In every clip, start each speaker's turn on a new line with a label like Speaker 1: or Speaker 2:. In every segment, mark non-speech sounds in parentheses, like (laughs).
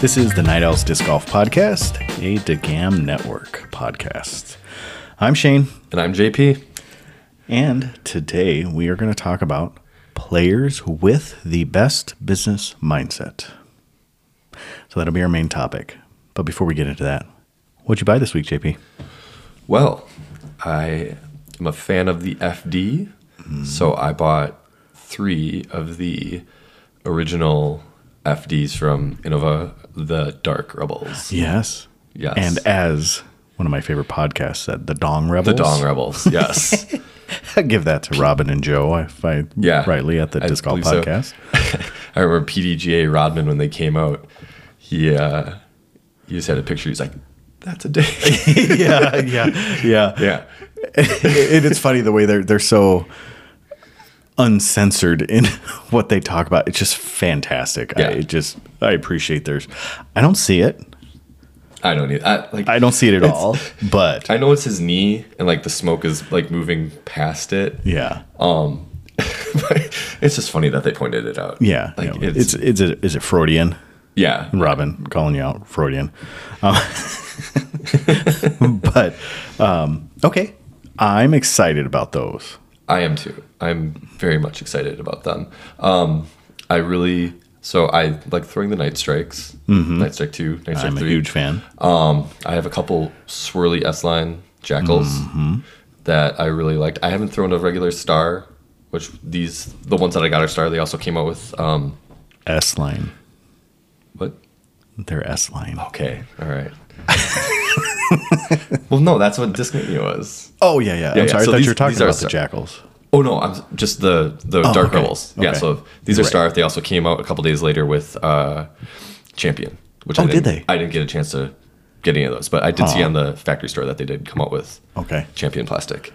Speaker 1: This is the Night Owls Disc Golf Podcast, a DeGam Network podcast. I'm Shane,
Speaker 2: And I'm JP.
Speaker 1: and today we are going to talk about players with the best business mindset. So that'll be our main topic. But before we get into that, what'd you buy this week, JP?
Speaker 2: Well, I am a fan of the FD, so I bought three of the original FDs from Innova, the Dark Rebels.
Speaker 1: Yes.
Speaker 2: Yes.
Speaker 1: And as one of my favorite podcasts said, the Dong Rebels.
Speaker 2: the
Speaker 1: (laughs)
Speaker 2: Dong Rebels, yes.
Speaker 1: Give that to Robin and Joe, if I
Speaker 2: Yeah,
Speaker 1: rightly, at the
Speaker 2: I
Speaker 1: Disc Golf
Speaker 2: believe so.
Speaker 1: Podcast.
Speaker 2: (laughs) I remember PDGA Rodman when they came out. He uh, he just had a picture. He's like, "That's a
Speaker 1: (laughs)
Speaker 2: dick."
Speaker 1: yeah, yeah, (laughs) yeah.
Speaker 2: yeah,
Speaker 1: it, it's funny the way they're they're so uncensored in (laughs) what they talk about. It's just fantastic.
Speaker 2: Yeah.
Speaker 1: I it just I appreciate theirs. I don't see it.
Speaker 2: I don't need. I, like,
Speaker 1: I don't see it at all. But
Speaker 2: I know it's his knee, and like the smoke is like moving past it.
Speaker 1: yeah,
Speaker 2: Um, (laughs) but it's just funny that they pointed it out.
Speaker 1: yeah.
Speaker 2: like
Speaker 1: no,
Speaker 2: it's,
Speaker 1: it's it's a, is it Freudian?
Speaker 2: yeah,
Speaker 1: Robin calling you out, Freudian. Um, (laughs) but um, okay, I'm excited about those.
Speaker 2: I am too. I'm very much excited about them. Um, I really so I like throwing the night strikes, night strike two, night strike
Speaker 1: Mm-hmm. I'm a
Speaker 2: three.
Speaker 1: huge fan.
Speaker 2: Um, I have a couple swirly S line jackals
Speaker 1: Mm-hmm.
Speaker 2: that I really liked. I haven't thrown a regular star, which these the ones that I got are star. They also came out with um,
Speaker 1: S line,
Speaker 2: what?
Speaker 1: they're S line.
Speaker 2: Okay, all right. (laughs) well, no, that's what Disc Mania was.
Speaker 1: Oh yeah, yeah.
Speaker 2: Yeah,
Speaker 1: I'm
Speaker 2: yeah.
Speaker 1: sorry. I
Speaker 2: So
Speaker 1: thought
Speaker 2: these-
Speaker 1: you were talking
Speaker 2: these are
Speaker 1: about the
Speaker 2: so-
Speaker 1: jackals.
Speaker 2: Oh no, I'm just the the Dark
Speaker 1: Oh, okay.
Speaker 2: Rebels. Yeah,
Speaker 1: Okay.
Speaker 2: so these are
Speaker 1: Right.
Speaker 2: Star. They also came out a couple days later with uh, Champion, which
Speaker 1: Oh,
Speaker 2: I
Speaker 1: did
Speaker 2: didn't,
Speaker 1: they?
Speaker 2: I didn't get a chance to get any of those, but I did see
Speaker 1: Huh.
Speaker 2: on the factory store that they did come out with
Speaker 1: Okay.
Speaker 2: Champion plastic.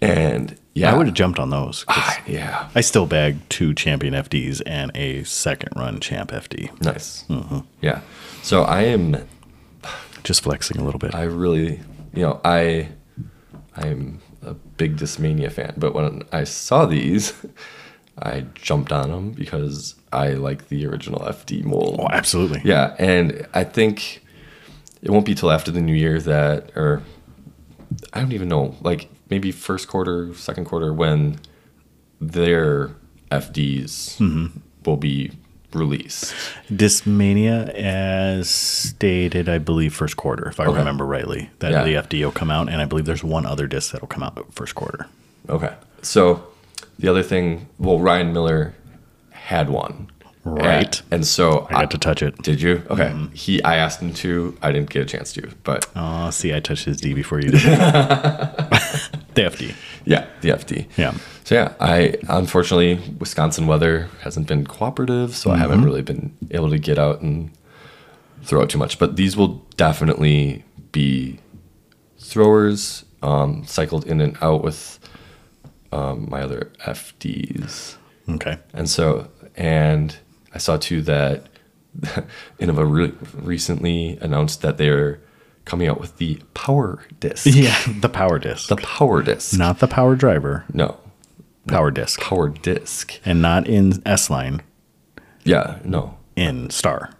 Speaker 2: And yeah,
Speaker 1: I would have jumped on those. 'cause
Speaker 2: Ah, yeah,
Speaker 1: I still bagged two champion FDs and a second run champ FD.
Speaker 2: nice. Yeah, so I am.
Speaker 1: Just flexing a little bit.
Speaker 2: I really, you know, I, I'm a big Discmania fan, but when I saw these. (laughs) I jumped on them because I like the original FD mold.
Speaker 1: oh, absolutely.
Speaker 2: Yeah, and I think it won't be till after the new year that, or I don't even know, like maybe first quarter, second quarter, when their FDs
Speaker 1: Mm-hmm.
Speaker 2: will be released.
Speaker 1: Discmania, as stated, I believe first quarter, if I
Speaker 2: Okay.
Speaker 1: remember rightly, that
Speaker 2: Yeah.
Speaker 1: the FD will come out, and I believe there's one other disc that'll come out first quarter.
Speaker 2: Okay. So the other thing, well, Ryan Miller had one.
Speaker 1: Right.
Speaker 2: And, and so
Speaker 1: I got to Mm-hmm. touch it.
Speaker 2: did you? Okay. He, I asked him to. I didn't get a chance to, but
Speaker 1: Oh, see, I touched his D before
Speaker 2: (laughs)
Speaker 1: you did. the FD.
Speaker 2: yeah, the FD.
Speaker 1: Yeah.
Speaker 2: So yeah, I unfortunately Wisconsin weather hasn't been cooperative, so I haven't really been able to get out and throw out too much. But these will definitely be throwers um, cycled in and out with um, my other FDs,
Speaker 1: Okay.
Speaker 2: and so and I saw too that (laughs) Innova re- recently announced that they're coming out with the power disc,
Speaker 1: (laughs) Yeah. The power disc.
Speaker 2: the power disc.
Speaker 1: not the power driver,
Speaker 2: No,
Speaker 1: power disc.
Speaker 2: power disc.
Speaker 1: And not in S line,
Speaker 2: Yeah, no.
Speaker 1: in star.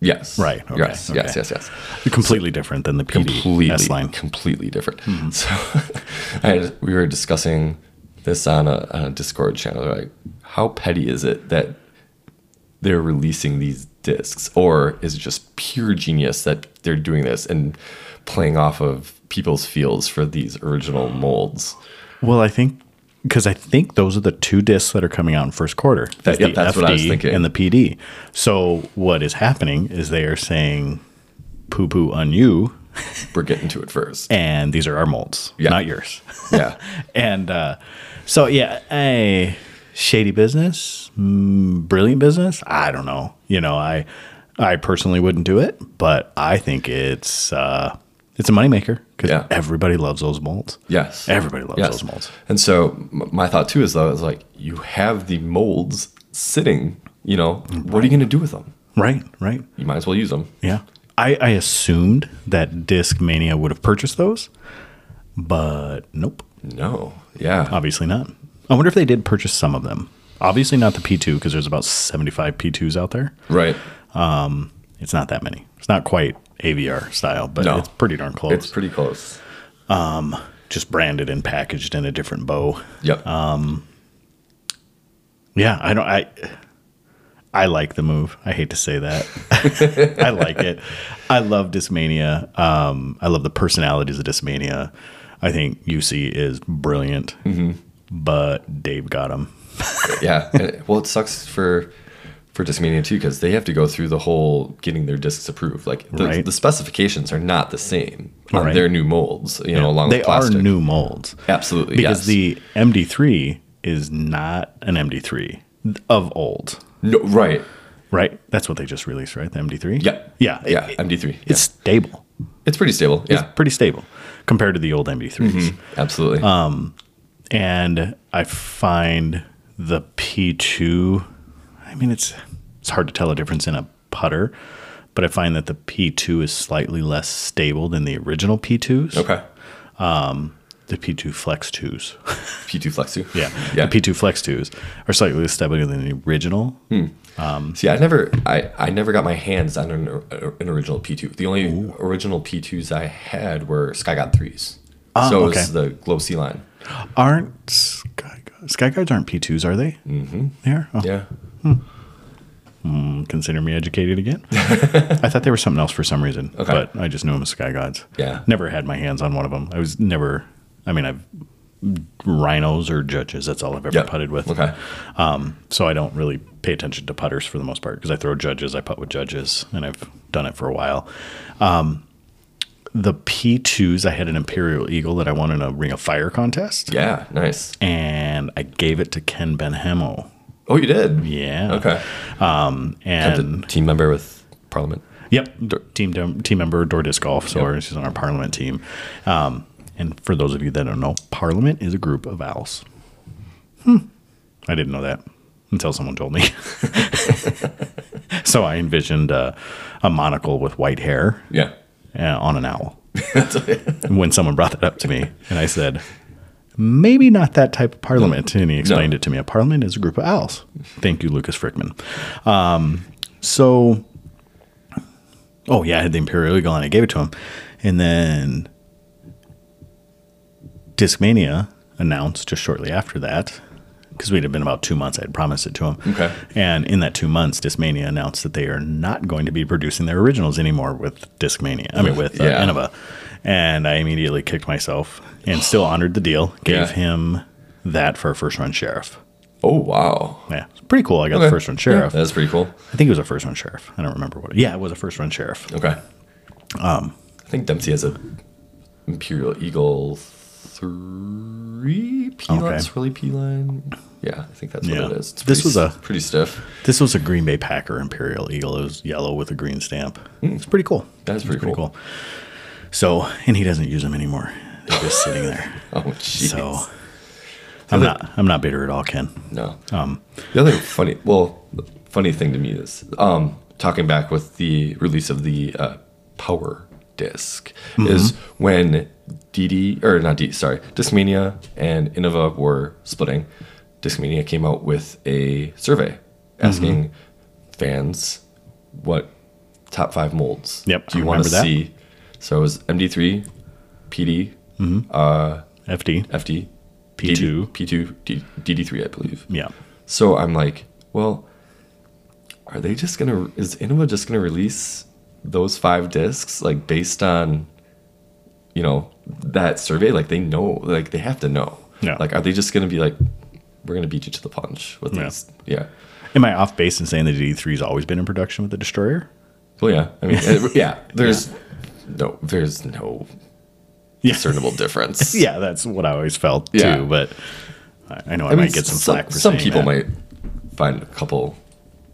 Speaker 2: Yes.
Speaker 1: Right, okay,
Speaker 2: Yes.
Speaker 1: okay.
Speaker 2: Yes. Yes. Yes.
Speaker 1: Completely different than the PD
Speaker 2: Completely.
Speaker 1: S line. Hmm.
Speaker 2: Completely different. (laughs) So, I had- we were discussing this on a, on a Discord channel. Like, how petty is it that they're releasing these discs, or is it just pure genius that they're doing this and playing off of people's feels for these original molds?
Speaker 1: Well, I think because I think those are the two discs that are coming out in first quarter. That's
Speaker 2: yep, that's what I was thinking.
Speaker 1: And the PD. So what is happening is they are saying poo poo on you,
Speaker 2: We're getting to it first.
Speaker 1: and these are our molds,
Speaker 2: Yeah.
Speaker 1: not yours. (laughs)
Speaker 2: yeah.
Speaker 1: and uh, so yeah, a shady business, mm, brilliant business. I don't know. You know, I I personally wouldn't do it, but I think it's uh, it's a moneymaker because
Speaker 2: Yeah.
Speaker 1: everybody loves those molds. (laughs)
Speaker 2: Yes.
Speaker 1: Everybody loves
Speaker 2: Yes.
Speaker 1: those molds.
Speaker 2: And so m- my thought too is though is like you have the molds sitting, you know, what are you going to do with them?
Speaker 1: Right, right.
Speaker 2: You might as well use them.
Speaker 1: Yeah. I, I assumed that Disc Mania would have purchased those, but nope.
Speaker 2: No. Yeah.
Speaker 1: Obviously not. I wonder if they did purchase some of them. Obviously not the P2 because there's about 75 P2s out there.
Speaker 2: right.
Speaker 1: It's not that many. It's not quite AVR style, but
Speaker 2: No.
Speaker 1: it's pretty darn close.
Speaker 2: It's pretty close.
Speaker 1: just branded and packaged in a different bow.
Speaker 2: Yep.
Speaker 1: Uh, Yeah, I don't. I I like the move. I hate to say that. (laughs) I like it. I love Dismania. Um, I love the personalities of Dismania. I think UC is brilliant,
Speaker 2: Mm-hmm.
Speaker 1: but Dave got him.
Speaker 2: yeah. And it- well, it sucks for for Discmania too because they have to go through the whole getting their discs approved. Like the,
Speaker 1: Right.
Speaker 2: the specifications are not the same on
Speaker 1: Right.
Speaker 2: their new molds. You know, along
Speaker 1: They
Speaker 2: with
Speaker 1: are
Speaker 2: plastic.
Speaker 1: new molds.
Speaker 2: Absolutely.
Speaker 1: because
Speaker 2: yes.
Speaker 1: the MD3 is not an MD3 of old,
Speaker 2: no, right.
Speaker 1: right? That's what they just released, right? The MD3.
Speaker 2: Yeah.
Speaker 1: yeah, It-
Speaker 2: yeah.
Speaker 1: it-
Speaker 2: MD3. Yeah.
Speaker 1: it's
Speaker 2: It's
Speaker 1: stable.
Speaker 2: it's pretty stable. Yeah. Mm-hmm.
Speaker 1: Pretty stable compared to the old MD3s.
Speaker 2: Absolutely.
Speaker 1: Uh, And I find the P2. I mean, it's it's hard to tell a difference in a putter, but I find that the P2 is slightly less stable than the original P2s.
Speaker 2: okay.
Speaker 1: The P2 Flex 2s.
Speaker 2: P2 Flex 2.
Speaker 1: (laughs) yeah.
Speaker 2: Yeah.
Speaker 1: The P2 Flex 2s are slightly less stable than the original.
Speaker 2: See, I never, I, I never got my hands on an, or- an original P2. The only original P2s I had were Skyguard 3s.
Speaker 1: Ah,
Speaker 2: so
Speaker 1: okay.
Speaker 2: it's the Glow C line.
Speaker 1: Aren't sky sky guards aren't P2s, are they? Mm-hmm. They are? Oh,
Speaker 2: Yeah.
Speaker 1: Consider me educated
Speaker 2: (laughs)
Speaker 1: again. I thought they were something else for some reason,
Speaker 2: Okay.
Speaker 1: but I just knew them as sky gods.
Speaker 2: Yeah.
Speaker 1: Never had my hands on one of them. I was never, I mean, I've rhinos or judges. That's all I've ever
Speaker 2: Yeah.
Speaker 1: putted with.
Speaker 2: Okay.
Speaker 1: Um, so I don't really pay attention to putters for the most part because I throw judges, I putt with judges, and I've done it for a while. Um, the P2s, I had an Imperial Eagle that I won in a Ring of Fire contest.
Speaker 2: Yeah. Nice.
Speaker 1: and I gave it to Ken Benhamo.
Speaker 2: Oh, you did?
Speaker 1: Yeah.
Speaker 2: Okay.
Speaker 1: And
Speaker 2: team member with Parliament.
Speaker 1: yep, team dem- team member Door Disc Golf. So she's on our Parliament team. Um, and for those of you that don't know, Parliament is a group of owls. Hmm. I didn't know that until someone told me. (laughs) so I envisioned uh, a monocle with white hair
Speaker 2: Yeah.
Speaker 1: uh, on an owl. when someone brought that up to me, and I said, maybe not that type of parliament. And he explained it to me. A parliament is a group of owls. Thank you, Lucas Frickman. Um, so, oh, yeah, I had the Imperial Eagle and I gave it to him. And then Discmania announced just shortly after that. Because we'd have been about two months, I had promised it to him.
Speaker 2: Okay.
Speaker 1: And in that two months, Discmania announced that they are not going to be producing their originals anymore with Discmania. I mean, with uh,
Speaker 2: Yeah.
Speaker 1: Innova. And I immediately kicked myself and still honored the deal. Gave
Speaker 2: Yeah.
Speaker 1: him that for a first run sheriff.
Speaker 2: Oh, wow.
Speaker 1: Yeah, it's pretty cool. I got the
Speaker 2: Okay.
Speaker 1: first run sheriff.
Speaker 2: Yeah, that's pretty cool.
Speaker 1: I think it was a first run sheriff. I don't remember what. Yeah, it was a first run sheriff.
Speaker 2: Okay. Um, I think Dempsey has a Imperial Eagle three P line,
Speaker 1: Okay.
Speaker 2: swirly P line. Yeah, I think that's
Speaker 1: Yeah.
Speaker 2: what it is. It's
Speaker 1: This
Speaker 2: pretty
Speaker 1: was
Speaker 2: s-
Speaker 1: a-
Speaker 2: pretty stiff.
Speaker 1: This was a Green Bay Packer Imperial Eagle. It was yellow with a green stamp. It's pretty cool.
Speaker 2: That is
Speaker 1: It's
Speaker 2: pretty Hmm. cool.
Speaker 1: So, and he doesn't use them anymore. They're
Speaker 2: (laughs)
Speaker 1: just sitting there.
Speaker 2: Oh, jeez.
Speaker 1: So, I'm not. I'm not bitter at all, Ken.
Speaker 2: No.
Speaker 1: Um,
Speaker 2: the other funny, well, funny thing to me is um, talking back with the release of the uh, Power disk
Speaker 1: Mm-hmm.
Speaker 2: is when DD or not DD, sorry, Discmania and Innova were splitting. Discmania came out with a survey
Speaker 1: Mm-hmm.
Speaker 2: asking fans what top five molds
Speaker 1: Yep,
Speaker 2: do
Speaker 1: I
Speaker 2: you want to
Speaker 1: remember that.
Speaker 2: see. So it was MD3, PD,
Speaker 1: FD.
Speaker 2: FD,
Speaker 1: P2.
Speaker 2: DD, P2, DD3, I believe.
Speaker 1: Yeah.
Speaker 2: So I'm like, well, are they just gonna? Is Innova just gonna release those five discs like based on, you know, that survey? Like they know, like they have to know.
Speaker 1: Yeah.
Speaker 2: Like, are they just gonna be like, we're gonna beat you to the punch with
Speaker 1: Yeah.
Speaker 2: these? Yeah.
Speaker 1: Am I off base in saying the D3's always been in production with the Destroyer?
Speaker 2: Well, yeah. I mean, uh, yeah.
Speaker 1: (laughs)
Speaker 2: There's no, there's no
Speaker 1: Yeah.
Speaker 2: discernible
Speaker 1: (laughs)
Speaker 2: difference.
Speaker 1: Yeah, that's what I always felt
Speaker 2: Yeah.
Speaker 1: too. But I I know I,
Speaker 2: I mean,
Speaker 1: might get some,
Speaker 2: some-
Speaker 1: flack for
Speaker 2: some
Speaker 1: saying
Speaker 2: people
Speaker 1: that.
Speaker 2: might find a couple,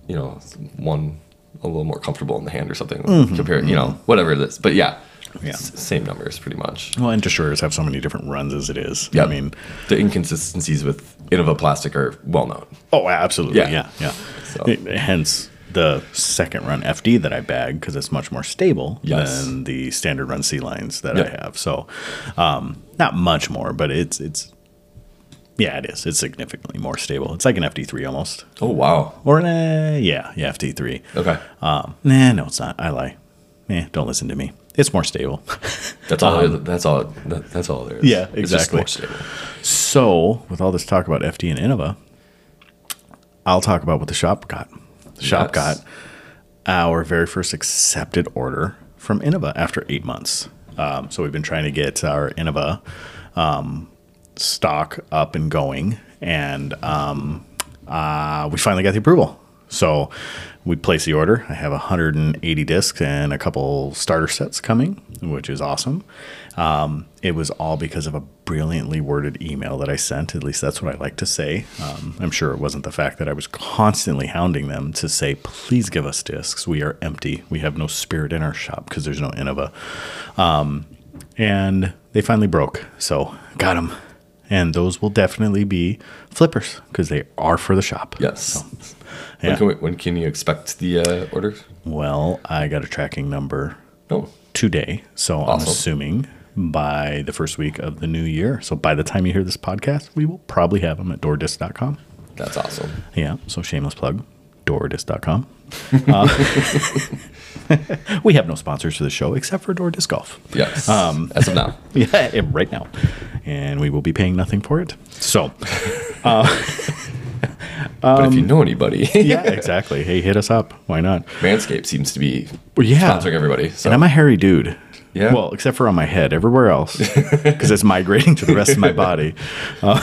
Speaker 2: you know, one a little more comfortable in the hand or something. Compare, you know, whatever it is. But yeah,
Speaker 1: Mm-hmm. Yeah.
Speaker 2: s- same numbers pretty much.
Speaker 1: Well, and Destroyers have so many different runs as it is.
Speaker 2: Yeah,
Speaker 1: I mean,
Speaker 2: the inconsistencies with Innova Plastic are well known.
Speaker 1: oh, absolutely.
Speaker 2: Yeah.
Speaker 1: Yeah. Yeah.
Speaker 2: So-
Speaker 1: H- Hence the second run FD that I bag because it's much more stable
Speaker 2: Yes.
Speaker 1: than the standard run C lines that
Speaker 2: Yeah.
Speaker 1: I have. So, um, not much more, but it's, it's, Yeah, it is. It's significantly more stable. It's like an FD3 almost,
Speaker 2: Oh wow.
Speaker 1: or an uh, yeah, yeah, FD3.
Speaker 2: Okay.
Speaker 1: Um, nah, no, it's not. I lie. Eh, don't listen to me. It's more stable. (laughs)
Speaker 2: That's all. that's all. That, that's all there is.
Speaker 1: Um, Yeah,
Speaker 2: It's just
Speaker 1: exactly.
Speaker 2: more stable.
Speaker 1: so, with all this talk about FD and Innova, I'll talk about what the shop got. The shop
Speaker 2: Yes.
Speaker 1: got our very first accepted order from Innova after eight months. Um, so we've been trying to get our Innova um, stock up and going, and um, uh, we finally got the approval. So we placed the order. I have 180 discs and a couple starter sets coming, which is awesome. Um, it was all because of a brilliantly worded email that I sent. At least that's what I like to say. Um, I'm sure it wasn't the fact that I was constantly hounding them to say, please give us discs. We are empty. We have no spirit in our shop because there's no Innova. Um, and they finally broke. So got them. And those will definitely be flippers because they are for the shop.
Speaker 2: Yes.
Speaker 1: yeah.
Speaker 2: When, can we, when can you expect the uh, order?
Speaker 1: Well, I got a tracking number
Speaker 2: No.
Speaker 1: today. So I'm
Speaker 2: Awesome.
Speaker 1: assuming by the first week of the new year. So by the time you hear this podcast, we will probably have them at doordisc.com.
Speaker 2: That's awesome.
Speaker 1: Yeah. So shameless plug, doordisc.com. uh, (laughs) we have no sponsors for the show except for Doordisc Golf.
Speaker 2: Yes. Um, As of now.
Speaker 1: Yeah, (laughs) it- right now. And we will be paying nothing for it. So, (laughs)
Speaker 2: but if you know anybody,
Speaker 1: um, (laughs) yeah, exactly. Hey, hit us up. Why not?
Speaker 2: Manscaped seems to be
Speaker 1: Well, yeah.
Speaker 2: sponsoring everybody. So
Speaker 1: And I'm a hairy dude.
Speaker 2: Yeah.
Speaker 1: Well, except for on my head, everywhere
Speaker 2: (laughs)
Speaker 1: else, because it's migrating to the rest of my body. Uh,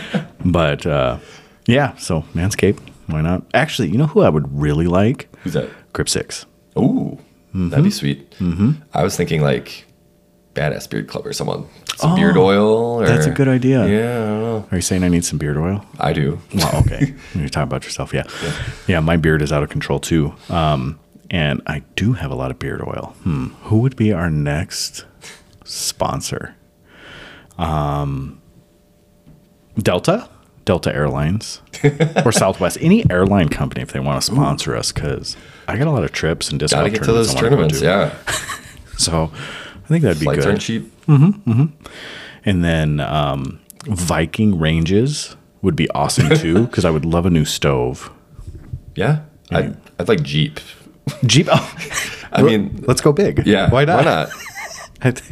Speaker 1: (laughs) but uh, yeah, so Manscaped, why not? Actually, you know who I would really like?
Speaker 2: who's that?
Speaker 1: Grip Six.
Speaker 2: Ooh, that'd be sweet. Mm-hmm. I was thinking like badass beard club or someone. Some beard oil. Or,
Speaker 1: Oh, that's a good idea.
Speaker 2: Yeah, I don't know.
Speaker 1: Are you saying I need some beard oil?
Speaker 2: I do.
Speaker 1: (laughs) Well, okay. You're talking about yourself, yeah. yeah. my beard is out of control too. Um, and I do have a lot of beard oil. Hmm. Who would be our next sponsor? Um, Delta, Delta Airlines,
Speaker 2: (laughs)
Speaker 1: or Southwest. Any airline company if they want to sponsor us, because I got a lot of trips and discounts.
Speaker 2: Gotta get to those tournaments. Yeah,
Speaker 1: So I think that'd be
Speaker 2: flights
Speaker 1: good.
Speaker 2: aren't cheap.
Speaker 1: And then um, Viking Ranges would be awesome too,
Speaker 2: (laughs)
Speaker 1: because I would love a new stove.
Speaker 2: Yeah, I'd, I'd like Jeep.
Speaker 1: Jeep. Oh.
Speaker 2: I mean,
Speaker 1: let's go big.
Speaker 2: yeah,
Speaker 1: Why not?
Speaker 2: Why
Speaker 1: (laughs)
Speaker 2: not?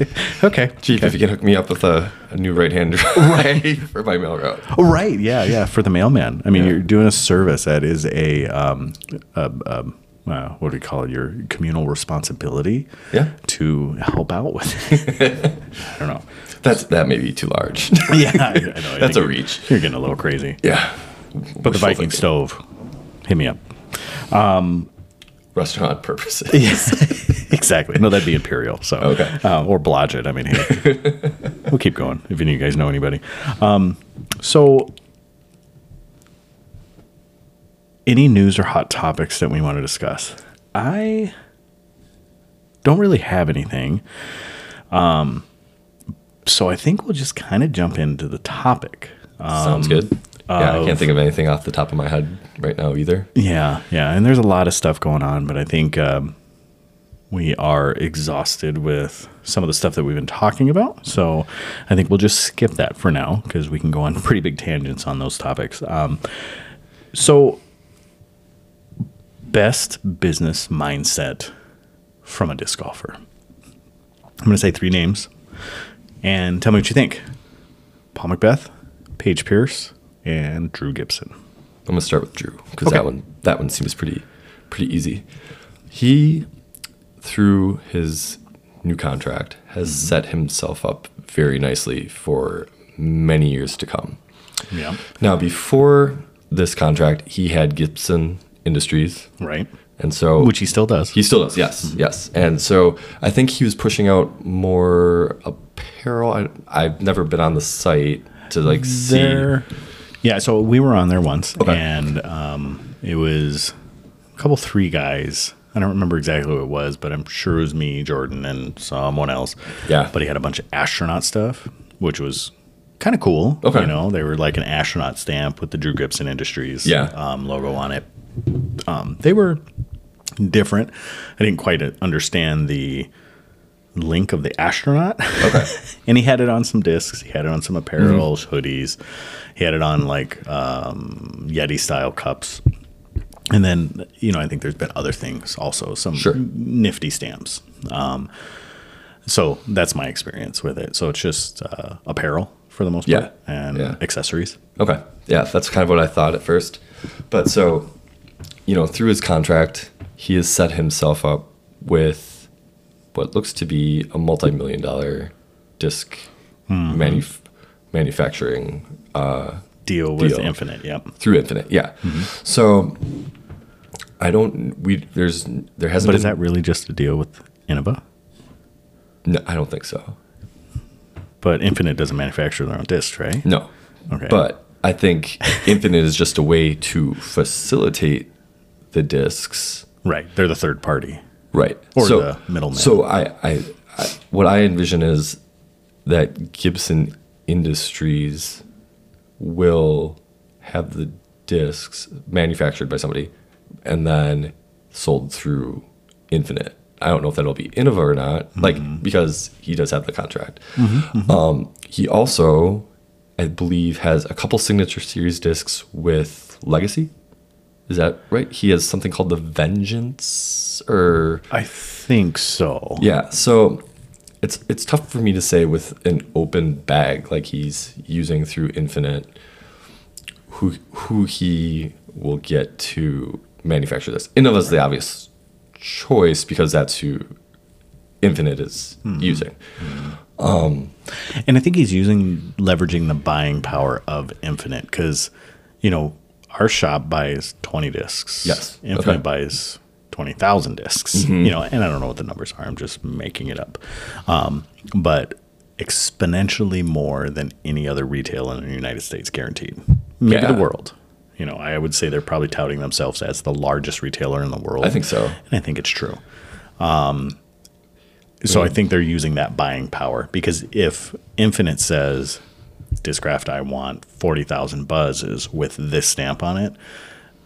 Speaker 1: okay.
Speaker 2: Jeep, if you can hook me up with a, a new
Speaker 1: (laughs)
Speaker 2: right-hand drive (laughs) for my mail route.
Speaker 1: Oh, right. Yeah. Yeah. For the mailman. I mean, you're doing a service that is a, um, a, um uh, what do we call it? Your communal responsibility
Speaker 2: Yeah.
Speaker 1: to help out with. It.
Speaker 2: (laughs)
Speaker 1: I don't know.
Speaker 2: That's that may be too
Speaker 1: (laughs)
Speaker 2: large.
Speaker 1: Yeah. I, I know. I
Speaker 2: That's
Speaker 1: think
Speaker 2: a reach.
Speaker 1: You're getting a little crazy.
Speaker 2: yeah,
Speaker 1: But the Viking stove, hit me up.
Speaker 2: restaurant purposes.
Speaker 1: Yes. exactly. No, that'd be Imperial. So
Speaker 2: Okay.
Speaker 1: uh, or Blodgett. I mean, hey, we'll keep going if any of you guys know anybody. Um, so, any news or hot topics that we want to discuss? I don't really have anything. Um, so I think we'll just kind of jump into the topic.
Speaker 2: Sounds good. Yeah, I
Speaker 1: Um, of-
Speaker 2: can't think of anything off the top of my head right now either.
Speaker 1: Yeah, yeah, and there's a lot of stuff going on, but I think um, we are exhausted with some of the stuff that we've been talking about. So I think we'll just skip that for now because we can go on (laughs) pretty big tangents on those topics. Um, so, best business mindset from a disc golfer. I'm going to say three names and tell me what you think Paul Macbeth, Paige Pierce, and Drew Gibson.
Speaker 2: I'm gonna start with Drew because
Speaker 1: Okay.
Speaker 2: that one that one seems pretty pretty easy. He through his new contract has
Speaker 1: Mm-hmm.
Speaker 2: set himself up very nicely for many years to come.
Speaker 1: Yeah.
Speaker 2: Now before this contract, he had Gibson Industries,
Speaker 1: Right.
Speaker 2: and so
Speaker 1: Which Mm-hmm. he still does.
Speaker 2: He still does, yes, yes. And so I think he was pushing out more apparel. I, I've never been on the site to like see.
Speaker 1: there. Yeah, so we were on there once,
Speaker 2: Okay.
Speaker 1: and um, it was a couple three guys. I don't remember exactly who it was, but I'm sure it was me, Jordan, and someone else.
Speaker 2: Yeah.
Speaker 1: But he had a bunch of astronaut stuff, which was kind of cool.
Speaker 2: Okay.
Speaker 1: You know, they were like an astronaut stamp with the Drew Gibson Industries
Speaker 2: Yeah.
Speaker 1: um, logo on it. Um, they were different. I didn't quite understand uh, the Link of the Astronaut. Okay. (laughs) and he had it on some discs. He had it on some apparel, hoodies. He had it on like um, Yeti style cups. And then, you know, I think there's been other things also, some
Speaker 2: Sure.
Speaker 1: nifty stamps. Um, so that's my experience with it. So it's just uh, apparel for the most
Speaker 2: Yeah.
Speaker 1: part and
Speaker 2: Yeah.
Speaker 1: accessories.
Speaker 2: Okay. Yeah, that's kind of what I thought at first. But so, you know, through his contract, he has set himself up with what looks to be a multi million dollar disc
Speaker 1: Hmm.
Speaker 2: manuf- manufacturing
Speaker 1: Deal with
Speaker 2: Deal.
Speaker 1: Infinite. Yep.
Speaker 2: through Infinite. Yeah.
Speaker 1: Mm-hmm.
Speaker 2: So I don't, we, there's, there hasn't
Speaker 1: But
Speaker 2: been,
Speaker 1: is that really just a deal with Innova?
Speaker 2: no, I don't think so.
Speaker 1: But Infinite doesn't manufacture their own discs, right?
Speaker 2: No.
Speaker 1: Okay.
Speaker 2: But I think Infinite is just a way to facilitate the discs
Speaker 1: Right. They're the third party.
Speaker 2: Right.
Speaker 1: Or the middleman.
Speaker 2: So I, I, I, what I envision is that Gibson Industries will have the discs manufactured by somebody and then sold through Infinite. I don't know if that'll be Innova or not,
Speaker 1: Mm-hmm.
Speaker 2: like because he does have the contract. Um, he also, I believe, has a couple signature series discs with Legacy. Is that right? He has something called the Vengeance, or
Speaker 1: I think so.
Speaker 2: yeah. So it's it's tough for me to say with an open bag like he's using through Infinite who who he will get to manufacture this. Innova's the obvious choice because that's who Infinite is using.
Speaker 1: And I think he's using leveraging the buying power of Infinite because, you know, our shop buys 20 discs.
Speaker 2: Yes.
Speaker 1: Infinite
Speaker 2: Okay. Mm-hmm.
Speaker 1: buys 20,000 discs, you know, and I don't know what the numbers are. I'm just making it up. Um, but exponentially more than any other retail in the United States, guaranteed. Maybe
Speaker 2: Yeah.
Speaker 1: the world. You know, I would say they're probably touting themselves as the largest retailer in the world.
Speaker 2: I think so.
Speaker 1: And I think it's true. Um, so I think they're using that buying power because if Infinite says, Discraft, I want 40,000 buzzes with this stamp on it,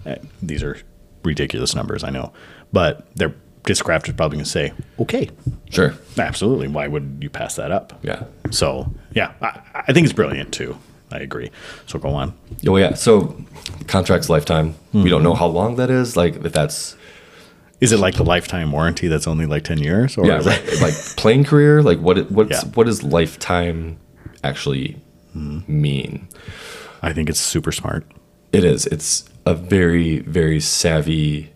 Speaker 1: eh, these are ridiculous numbers, I know. But their Discraft is probably going to say, okay,
Speaker 2: Sure.
Speaker 1: absolutely. Why would you pass that up?
Speaker 2: Yeah.
Speaker 1: So, yeah, I, I think it's brilliant too. I agree. So go on.
Speaker 2: Oh yeah. So contract's lifetime. We don't know how long that is. Like if that's
Speaker 1: Is it like the lifetime warranty that's only like 10 years? Or
Speaker 2: yeah,
Speaker 1: is it-
Speaker 2: right. like playing career, like what it, what's
Speaker 1: Yeah.
Speaker 2: what does lifetime actually Hmm. mean?
Speaker 1: I think it's super smart.
Speaker 2: It is. It's a very very savvy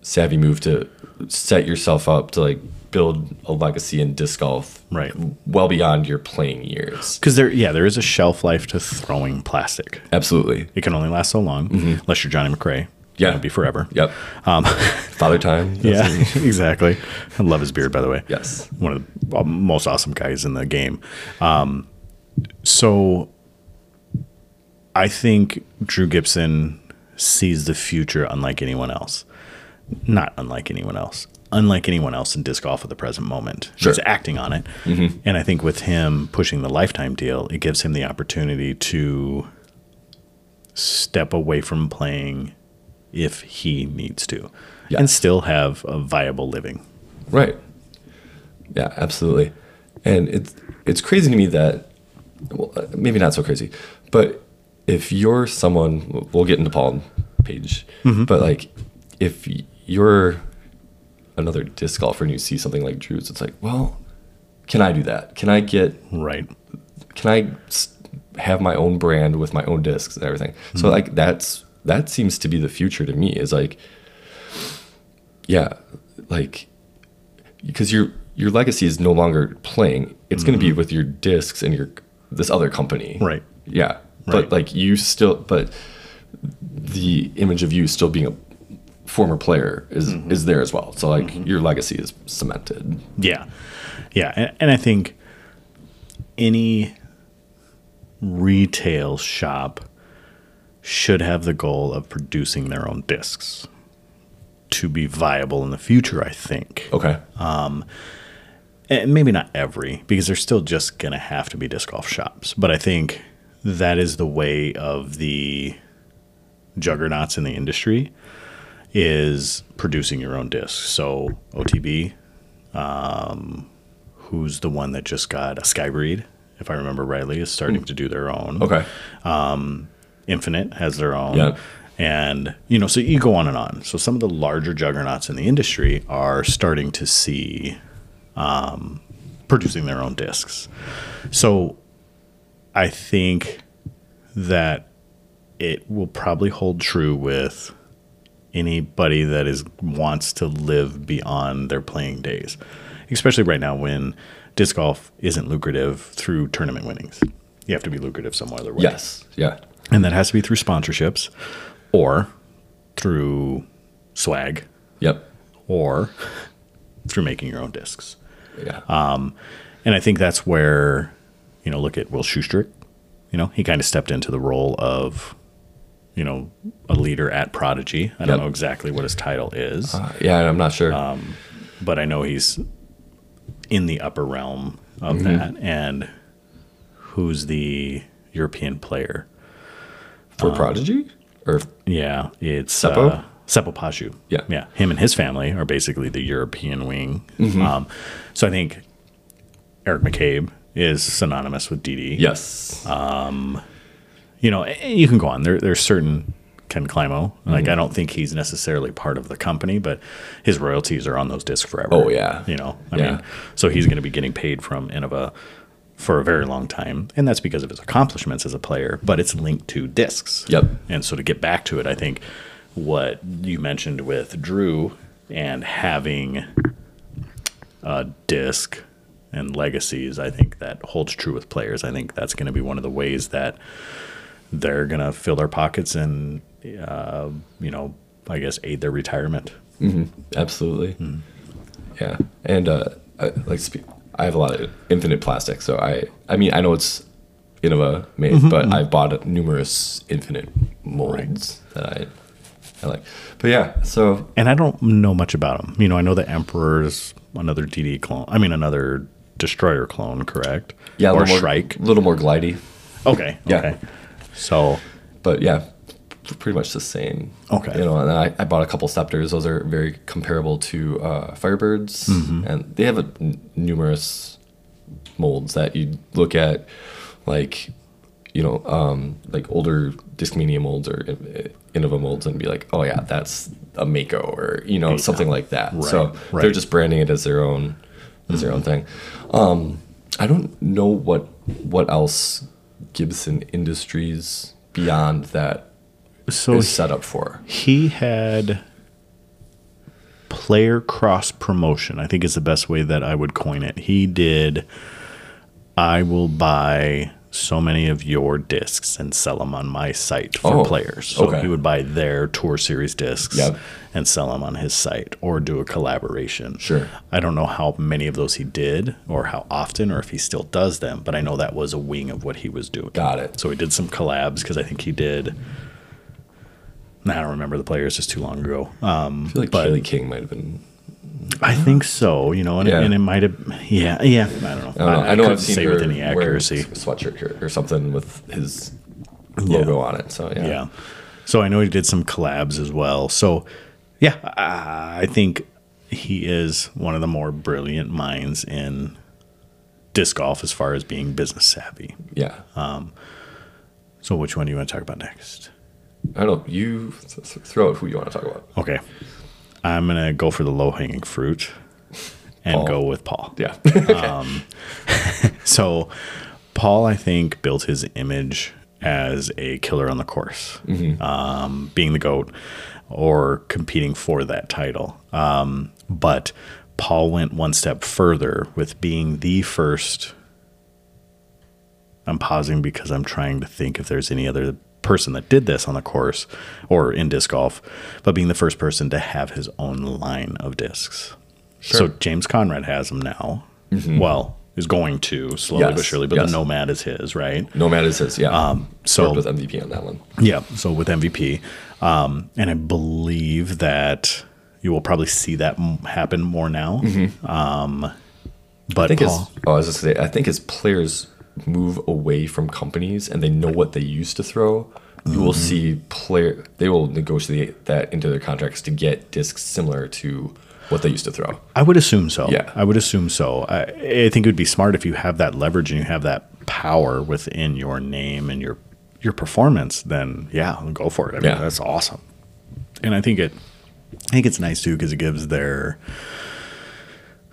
Speaker 2: savvy move to set yourself up to like build a legacy in disc golf
Speaker 1: Right.
Speaker 2: well beyond your playing years.
Speaker 1: Because there, yeah, there is a shelf life to throwing plastic.
Speaker 2: Absolutely.
Speaker 1: It can only last so long, unless you're Johnny McRae.
Speaker 2: Mm-hmm. Yeah.
Speaker 1: it'll be forever.
Speaker 2: Yep.
Speaker 1: Um,
Speaker 2: Father time.
Speaker 1: (laughs) yeah, (laughs) exactly. I love his beard, by the way.
Speaker 2: Yes.
Speaker 1: one of the uh, most awesome guys in the game. Um, so, I think Drew Gibson sees the future unlike anyone else. Not unlike anyone else. Unlike anyone else in disc golf at the present moment.
Speaker 2: Sure. Mm-hmm.
Speaker 1: He's acting on it. And I think with him pushing the lifetime deal, it gives him the opportunity to step away from playing if he needs to
Speaker 2: Yeah.
Speaker 1: and still have a viable living.
Speaker 2: Right. Yeah, absolutely. And it's it's crazy to me that well, uh, maybe not so crazy, but if you're someone, we'll get into Paul page, but like if you're another disc golfer and you see something like Drew's, it's like, well, can I do that? Can I get
Speaker 1: Right.
Speaker 2: can I s- have my own brand with my own discs and everything?
Speaker 1: Mm-hmm.
Speaker 2: So like that's that seems to be the future to me is like yeah, like because your your legacy is no longer playing. It's going to be with your discs and your this other company.
Speaker 1: Mm-hmm. Right.
Speaker 2: Yeah.
Speaker 1: Right.
Speaker 2: But like you still but the image of you still being a former player is
Speaker 1: Mm-hmm.
Speaker 2: is there as well. So like your legacy is cemented.
Speaker 1: Yeah. Yeah. And, and I think any retail shop should have the goal of producing their own discs to be viable in the future, I think.
Speaker 2: Okay.
Speaker 1: and Eh, maybe not every because they're still just going to have to be disc golf shops but i think that is the way of the juggernauts in the industry is producing your own discs so otb um, who's the one that just got a Skybreed, if I remember rightly, is starting to do their own.
Speaker 2: Okay.
Speaker 1: Infinite has their own.
Speaker 2: Yeah.
Speaker 1: And, you know, so you go on and on. So some of the larger juggernauts in the industry are starting to see um, producing their own discs. So I think that it will probably hold true with anybody that is wants to live beyond their playing days, especially right now when disc golf isn't lucrative through tournament winnings. You have to be lucrative some other way
Speaker 2: Yes. Yeah.
Speaker 1: and that has to be through sponsorships or through swag
Speaker 2: Yep.
Speaker 1: or through making your own discs
Speaker 2: Yeah.
Speaker 1: and i think that's where you know look at will schustrick you know he kind of stepped into the role of you know a leader at prodigy i don't
Speaker 2: Yep.
Speaker 1: know exactly what his title is
Speaker 2: Uh, yeah. I'm not sure.
Speaker 1: Um, but i know he's in the upper realm of that and who's the european player uh,
Speaker 2: For Prodigy? Or
Speaker 1: Yeah, it's
Speaker 2: Seppo?
Speaker 1: uh, Seppo Pashu.
Speaker 2: Yeah.
Speaker 1: yeah. Him and his family are basically the European wing.
Speaker 2: Mm-hmm.
Speaker 1: Um, so I think Eric McCabe is synonymous with DD.
Speaker 2: yes.
Speaker 1: uh, You know, a- you can go on. There, there's certain Ken Climo. Like
Speaker 2: Mm-hmm.
Speaker 1: I don't think he's necessarily part of the company, but his royalties are on those discs forever.
Speaker 2: Oh, yeah.
Speaker 1: You know, I
Speaker 2: Yeah.
Speaker 1: mean, so he's going to be getting paid from Innova for a very long time, and that's because of his accomplishments as a player. But it's linked to discs.
Speaker 2: Yep.
Speaker 1: And so to get back to it, I think what you mentioned with Drew and having a disc and legacies, I think that holds true with players. I think that's going to be one of the ways that they're going to fill their pockets and, uh, you know, I guess aid their retirement.
Speaker 2: Absolutely.
Speaker 1: hmm.
Speaker 2: Yeah. And uh, I, like, spe- I have a lot of infinite plastic. So I, I mean, I know it's Innova made,
Speaker 1: Mm-hmm,
Speaker 2: but I've bought numerous infinite molds that I, I like. But yeah. So
Speaker 1: And I don't know much about them. You know, I know the Emperor's another DD clone. I mean, another Destroyer clone, correct?
Speaker 2: yeah, a
Speaker 1: Or
Speaker 2: little more,
Speaker 1: Shrike.
Speaker 2: little more glidey.
Speaker 1: Okay.
Speaker 2: Yeah.
Speaker 1: Okay. So,
Speaker 2: But yeah, p- pretty much the same.
Speaker 1: Okay.
Speaker 2: You know, and I, I bought a couple Scepters. Those are very comparable to uh, Firebirds, and they have a n numerous molds that you look at, like, you know, um, like older Discmania molds or In- uh, Innova molds, and be like, oh yeah, that's a Mako or you know something like that. so
Speaker 1: right. Mm-hmm.
Speaker 2: they're just branding it as their own, as their own thing. Um, I don't know what what else Gibson Industries beyond that
Speaker 1: so
Speaker 2: is set up for.
Speaker 1: he had player cross promotion i think is the best way that i would coin it he did i will buy so many of your discs and sell them on my site for
Speaker 2: Oh,
Speaker 1: players so
Speaker 2: okay.
Speaker 1: he would buy their tour series discs
Speaker 2: Yep.
Speaker 1: and sell them on his site or do a collaboration
Speaker 2: Sure.
Speaker 1: i don't know how many of those he did or how often or if he still does them but i know that was a wing of what he was doing
Speaker 2: Got it.
Speaker 1: so he did some collabs because I think he did. I don't remember the players; it's too long ago. Um,
Speaker 2: I feel like
Speaker 1: but-
Speaker 2: Keeley King might have been.
Speaker 1: I think so. You know, and,
Speaker 2: Yeah.
Speaker 1: and it might have. Yeah, yeah. I don't know.
Speaker 2: I, don't know. I know
Speaker 1: couldn't
Speaker 2: I've seen
Speaker 1: say
Speaker 2: her
Speaker 1: with any
Speaker 2: wear a
Speaker 1: accuracy.
Speaker 2: sweatshirt here or something with his logo on it. So yeah,
Speaker 1: Yeah. So I know he did some collabs as well. So yeah, I I think he is one of the more brilliant minds in disc golf as far as being business savvy.
Speaker 2: yeah.
Speaker 1: So which one do you want to talk about next?
Speaker 2: I don't know. You th- th- throw out who you want to talk about.
Speaker 1: Okay. I'm going to go for the low hanging fruit and
Speaker 2: Paul.
Speaker 1: go with Paul.
Speaker 2: (laughs) Yeah.
Speaker 1: So, Paul, I think, built his image as a killer on the course, um, being the GOAT or competing for that title. Um, but Paul went one step further with being the first. I'm pausing because I'm trying to think if there's any other person that did this on the course or in disc golf, but being the first person to have his own line of discs. So James Conrad has them now. Well, is going to slowly but
Speaker 2: Mm-hmm. Yes,
Speaker 1: surely, but
Speaker 2: yes.
Speaker 1: the Nomad is his, right?
Speaker 2: Nomad is his. Yeah. Um,
Speaker 1: so-
Speaker 2: with MVP on that one.
Speaker 1: Yeah. So with MVP, um, and I believe that you will probably see that m- happen more now. Um, but
Speaker 2: Mm-hmm. I think his,
Speaker 1: Paul,
Speaker 2: oh, I was just say, I think his players move away from companies and they know what they used to throw. You will
Speaker 1: Mm-hmm.
Speaker 2: see player they will negotiate that into their contracts to get discs similar to what they used to throw.
Speaker 1: I would assume so.
Speaker 2: Yeah.
Speaker 1: I would assume so. I, I think it would be smart if you have that leverage and you have that power within your name and your your performance. Then yeah, go for it. I mean,
Speaker 2: Yeah.
Speaker 1: that's awesome. And I think it, I think it's nice too because it gives their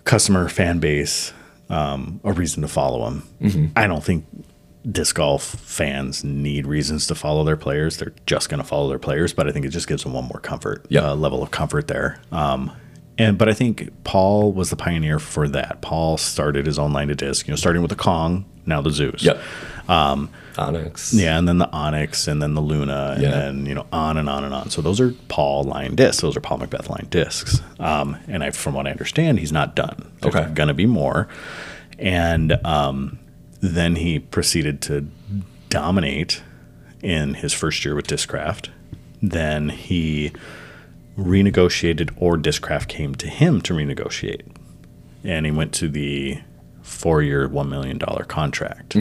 Speaker 1: customer fan base um, a reason to follow them.
Speaker 2: Mm-hmm.
Speaker 1: I don't think disc golf fans need reasons to follow their players. They're just going to follow their players, but I think it just gives them one more comfort,
Speaker 2: Yep.
Speaker 1: uh, level of comfort there. Um, and but I think Paul was the pioneer for that. Paul started his own line of disc, you know, starting with the Kong, now the Zeus.
Speaker 2: Yep. Um, Onyx.
Speaker 1: Yeah, and then the Onyx, and then the Luna, and
Speaker 2: Yeah.
Speaker 1: then you know on and on and on. So those are Paul line discs. Those are Paul Macbeth line discs. Um, and I, from what I understand, he's not done. There's
Speaker 2: Okay.
Speaker 1: going to be more. And um, then he proceeded to dominate in his first year with Discraft. Then he renegotiated, or Discraft came to him to renegotiate, and he went to the four-year, one million dollar contract.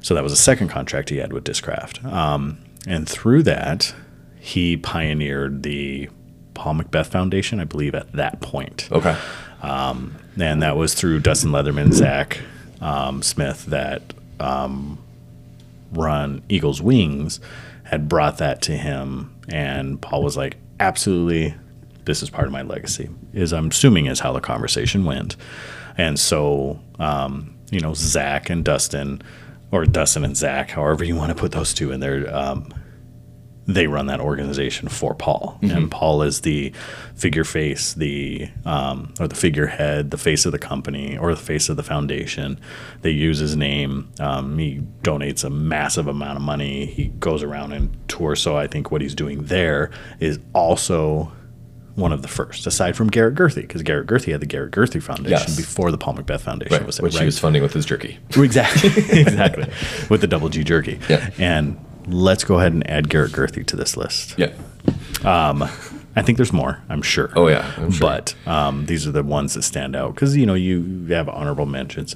Speaker 1: So that was a second contract he had with Discraft. Um, and through that, he pioneered the Paul Macbeth Foundation, I believe, at that point.
Speaker 2: Okay.
Speaker 1: And that was through Dustin Leatherman, Zach um, Smith, that um, run Eagles Wings had brought that to him. And Paul was like, absolutely, this is part of my legacy, is I'm assuming is how the conversation went. And so, um, you know, Zach and Dustin, or Dustin and Zach, however you want to put those two in there, um, they run that organization for Paul,
Speaker 2: Mm-hmm.
Speaker 1: and Paul is the figure face, the um, or the figurehead, the face of the company, or the face of the foundation. They use his name. Um, he donates a massive amount of money. He goes around and tours. So I think what he's doing there is also one of the first, aside from Garrett Gerthy, because Garrett Gerthy had the Garrett Gerthy Foundation
Speaker 2: Yes.
Speaker 1: before the Paul Macbeth Foundation
Speaker 2: Right.
Speaker 1: was
Speaker 2: Which
Speaker 1: there,
Speaker 2: he was funding with his jerky. (laughs)
Speaker 1: Exactly. exactly. With the double G jerky.
Speaker 2: Yeah.
Speaker 1: And let's go ahead and add Garrett Gerthy to this list.
Speaker 2: Yeah.
Speaker 1: I think there's more, I'm sure.
Speaker 2: Oh yeah. I'm sure.
Speaker 1: But um, these are the ones that stand out because, you know, you have honorable mentions.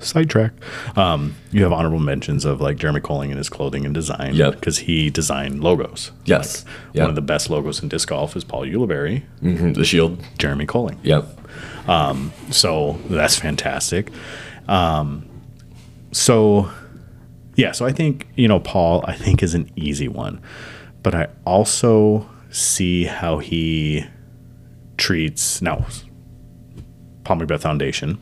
Speaker 1: Sidetrack. Um, you have honorable mentions of like Jeremy Colling and his clothing and design
Speaker 2: Yep.
Speaker 1: because he designed logos.
Speaker 2: yes. yeah.
Speaker 1: One of the best logos in disc golf is Paul Uliberry,
Speaker 2: Mhm, the shield.
Speaker 1: Jeremy Colling.
Speaker 2: Yep.
Speaker 1: So that's fantastic. Um, so, yeah, so I think, you know, Paul, I think is an easy one. But I also see how he treats now Paul McBeth Foundation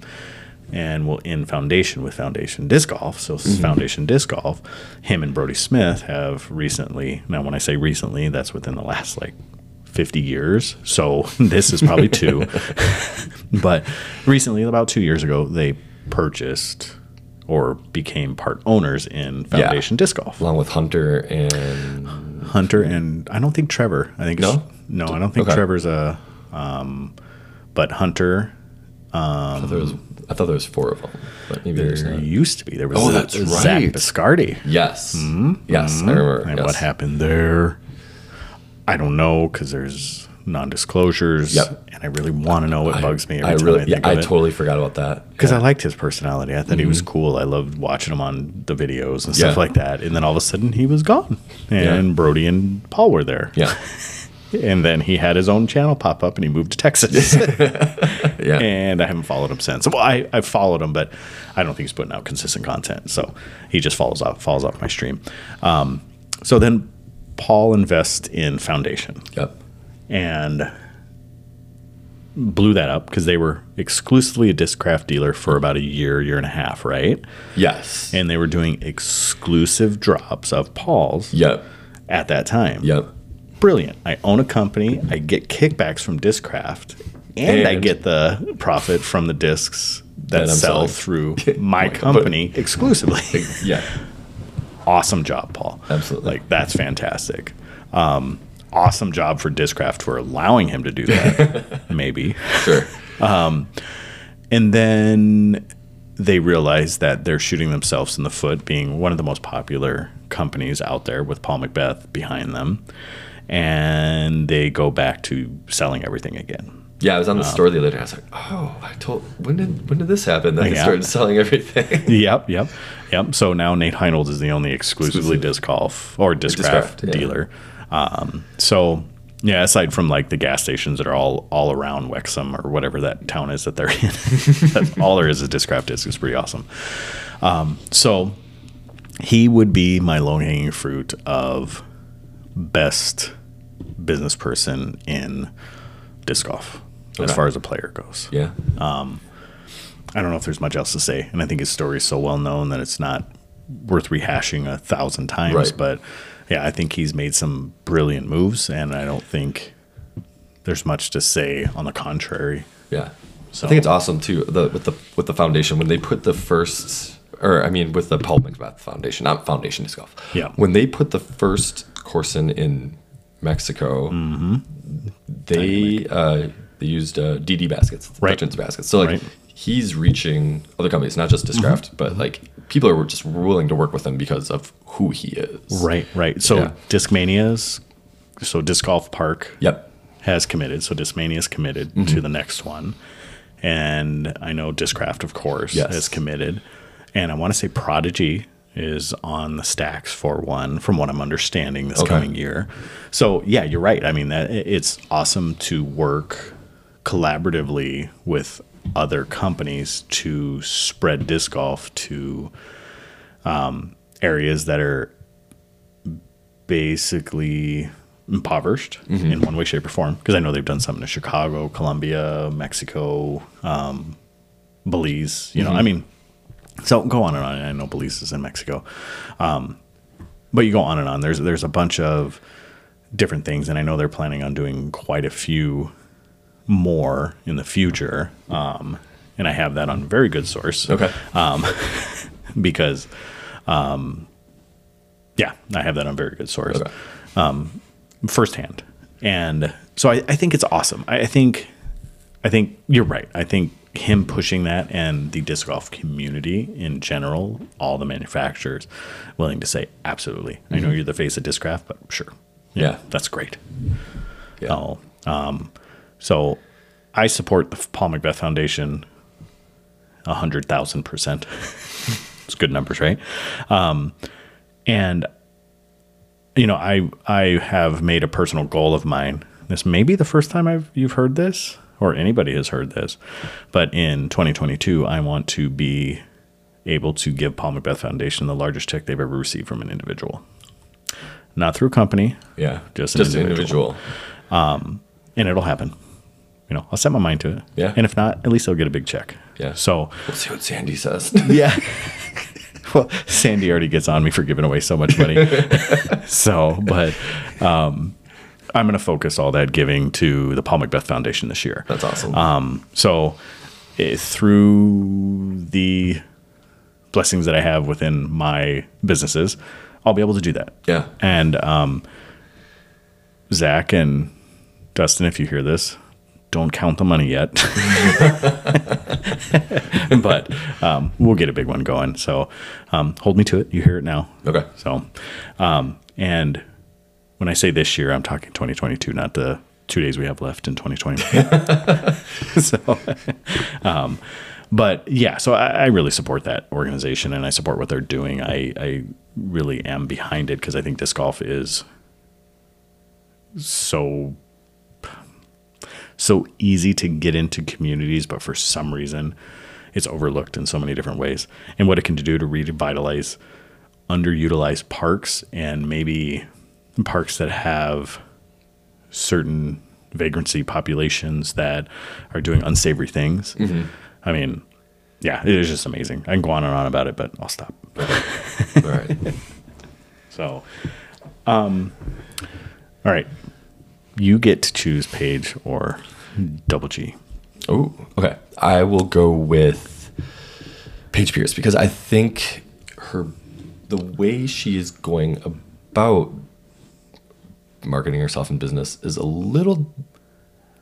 Speaker 1: and will end foundation with foundation disc golf so foundation disc golf him and brody smith have recently now when i say recently that's within the last like 50 years so (laughs) this is probably two but recently about two years ago they purchased or became part owners in foundation disc golf
Speaker 2: Along with Hunter and
Speaker 1: hunter and i don't think trevor i think
Speaker 2: No?
Speaker 1: no i don't think
Speaker 2: Okay.
Speaker 1: trevor's a um but hunter
Speaker 2: I thought there was I thought there was four of them, but maybe there's
Speaker 1: There
Speaker 2: not.
Speaker 1: used to be. There was
Speaker 2: Oh,
Speaker 1: a-
Speaker 2: that's
Speaker 1: a Zach
Speaker 2: right.
Speaker 1: Biscardi. Mm-hmm.
Speaker 2: Yes. Yes, I remember.
Speaker 1: Hmm? And
Speaker 2: yes.
Speaker 1: what happened there? I don't know because there's non-disclosures,
Speaker 2: Yep.
Speaker 1: and I really want to know what bugs me. Every
Speaker 2: I
Speaker 1: time
Speaker 2: really,
Speaker 1: I
Speaker 2: yeah,
Speaker 1: think
Speaker 2: I
Speaker 1: of it.
Speaker 2: totally forgot about that. Mm-hmm.
Speaker 1: because I liked his personality. I thought he was cool. I loved watching him on the videos and stuff
Speaker 2: Yeah.
Speaker 1: like that. And then all of a sudden, he was gone, and
Speaker 2: Yeah.
Speaker 1: Brody and Paul were there.
Speaker 2: Yeah,
Speaker 1: And then he had his own channel pop up, and he moved to
Speaker 2: (laughs)
Speaker 1: Texas.
Speaker 2: yeah,
Speaker 1: and I haven't followed him since. Well, I, I followed him, but I don't think he's putting out consistent content. So he just falls off falls off my stream. Um, so then Paul invests in Foundation
Speaker 2: yep,
Speaker 1: and blew that up because they were exclusively a discraft dealer for about a year, year and a half, right?
Speaker 2: yes,
Speaker 1: And they were doing exclusive drops of Paul's
Speaker 2: yep,
Speaker 1: at that time.
Speaker 2: yep.
Speaker 1: Brilliant. I own a company. I get kickbacks from Discraft, and, I
Speaker 2: And-
Speaker 1: get the profit from the discs that,
Speaker 2: That I'm
Speaker 1: sell
Speaker 2: selling. (laughs)
Speaker 1: through my,
Speaker 2: My
Speaker 1: company
Speaker 2: (laughs)
Speaker 1: exclusively.
Speaker 2: Yeah,
Speaker 1: awesome job, Paul.
Speaker 2: Absolutely.
Speaker 1: Like, that's fantastic. Um, awesome job for Discraft for allowing him to do that, maybe. Um,
Speaker 2: sure.
Speaker 1: And then they realize that they're shooting themselves in the foot, being one of the most popular companies out there with Paul Macbeth behind them. And they go back to selling everything again.
Speaker 2: Yeah, I was on
Speaker 1: uh,
Speaker 2: the store the other day. I was like, oh, I told when did when did this happen? That
Speaker 1: Yeah.
Speaker 2: I started selling everything. (laughs)
Speaker 1: (laughs) Yep, yep, yep. So now Nate Heinold is the only exclusively
Speaker 2: Exclusive.
Speaker 1: disc golf or discraft
Speaker 2: Discraft, yeah.
Speaker 1: dealer. Um, so Yeah, aside from like the gas stations that are all all around Wexham or whatever that town is that they're in, (laughs) that's all there is is disc disc. It's pretty awesome. Um, so he would be my low hanging fruit of best business person in disc golf as
Speaker 2: Okay.
Speaker 1: far as a player goes.
Speaker 2: Yeah.
Speaker 1: I don't know if there's much else to say, and I think his story is so well known that it's not worth rehashing a thousand times.
Speaker 2: Right.
Speaker 1: But yeah, I think he's made some brilliant moves, and I don't think there's much to say on the contrary.
Speaker 2: Yeah.
Speaker 1: So
Speaker 2: I think it's awesome too. The with the with the foundation when they put the first, or I mean, with the Paul McBeth Foundation, not Foundation Disc Golf.
Speaker 1: Yeah.
Speaker 2: When they put the first course in in Mexico,
Speaker 1: Mm-hmm.
Speaker 2: they uh, they used uh, DD baskets,
Speaker 1: Right.
Speaker 2: Dutchman's baskets. So like
Speaker 1: Right. Mm-hmm.
Speaker 2: he's reaching other companies, not just Discraft, but like people are just willing to work with him because of who he is.
Speaker 1: right, right. So
Speaker 2: Yeah.
Speaker 1: Discmania's, so Disc Golf Park
Speaker 2: Yep.
Speaker 1: has committed. So Discmania is committed to the next one, and I know Discraft, of course,
Speaker 2: Yes.
Speaker 1: is committed, and I want to say Prodigy is on the stacks for one, from what I'm understanding this
Speaker 2: Okay.
Speaker 1: coming year. So yeah, you're right. I mean, that, i- it's awesome to work collaboratively with other companies to spread disc golf to um, areas that are basically impoverished in one way, shape, or form. Because I know they've done something in Chicago, Colombia, Mexico, um, Belize. You know, I mean, so go on and on. I know Belize is in Mexico, um, but you go on and on. There's there's a bunch of different things, and I know they're planning on doing quite a few more in the future. Um, and I have that on very good source
Speaker 2: Okay.
Speaker 1: (laughs) because um yeah i have that on very good source
Speaker 2: Okay.
Speaker 1: um firsthand and so I, I think it's awesome I, I think i think you're right i think him pushing that and the disc golf community in general all the manufacturers willing to say absolutely i know you're the face of discraft but sure
Speaker 2: Mm-hmm. Yeah.
Speaker 1: that's great
Speaker 2: Yeah.
Speaker 1: Oh, um, so I support the Paul Macbeth Foundation a hundred thousand percent. It's good numbers, right? Um, and you know, I I have made a personal goal of mine. This may be the first time I've you've heard this or anybody has heard this, but in 2022, I want to be able to give Paul Macbeth Foundation the largest check they've ever received from an individual, not through a company,
Speaker 2: Yeah.
Speaker 1: Just an
Speaker 2: just an
Speaker 1: individual.
Speaker 2: individual.
Speaker 1: and it'll happen. You know, I'll set my mind to it.
Speaker 2: Yeah.
Speaker 1: And if not, at least I'll get a big check.
Speaker 2: Yeah.
Speaker 1: So
Speaker 2: We'll see what
Speaker 1: (laughs)
Speaker 2: Sandy says.
Speaker 1: yeah. well, Sandy already gets on me for giving away so much money. so, but um, I'm going to focus all that giving to the Paul Macbeth Foundation this year.
Speaker 2: That's awesome.
Speaker 1: Um, So, eh, through the blessings that I have within my businesses, I'll be able to do that.
Speaker 2: Yeah.
Speaker 1: And um, Zach and Dustin, if you hear this, don't count the money yet. (laughs) but um, we'll get a big one going. So um, hold me to it. You hear it now.
Speaker 2: Okay.
Speaker 1: So, um, and when I say this year, I'm talking 2022, not the two days we have left in 2021. so, (laughs) um, but yeah, so I, I really support that organization and I support what they're doing. I, I really am behind it because I think disc golf is so so easy to get into communities, but for some reason, it's overlooked in so many different ways. And what it can do to revitalize underutilized parks and maybe parks that have certain vagrancy populations that are doing unsavory things. I mean, yeah, it is just amazing. I can go on and on about it, but I'll stop.
Speaker 2: All right.
Speaker 1: So, um, all right, you get to choose page or double G.
Speaker 2: Oh, okay. I will go with Paige Pierce because I think her the way she is going about marketing herself in business is a little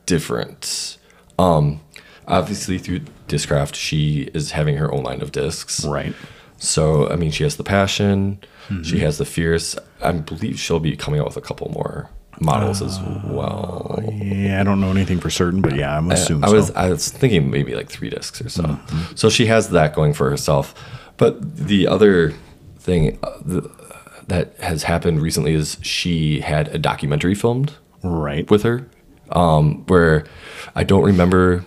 Speaker 2: different. Um, obviously through Discraft, she is having her own line of discs.
Speaker 1: Right.
Speaker 2: So I mean, she has the passion, she has the fierce. I believe she'll be coming out with a couple more models as well.
Speaker 1: Yeah, I don't know anything for certain, but yeah, I'm assuming
Speaker 2: Uh, I was
Speaker 1: so.
Speaker 2: I was thinking maybe like three discs or so. So she has that going for herself. But the other thing uh, th- that has happened recently is she had a documentary filmed
Speaker 1: Right.
Speaker 2: with her um, where I don't remember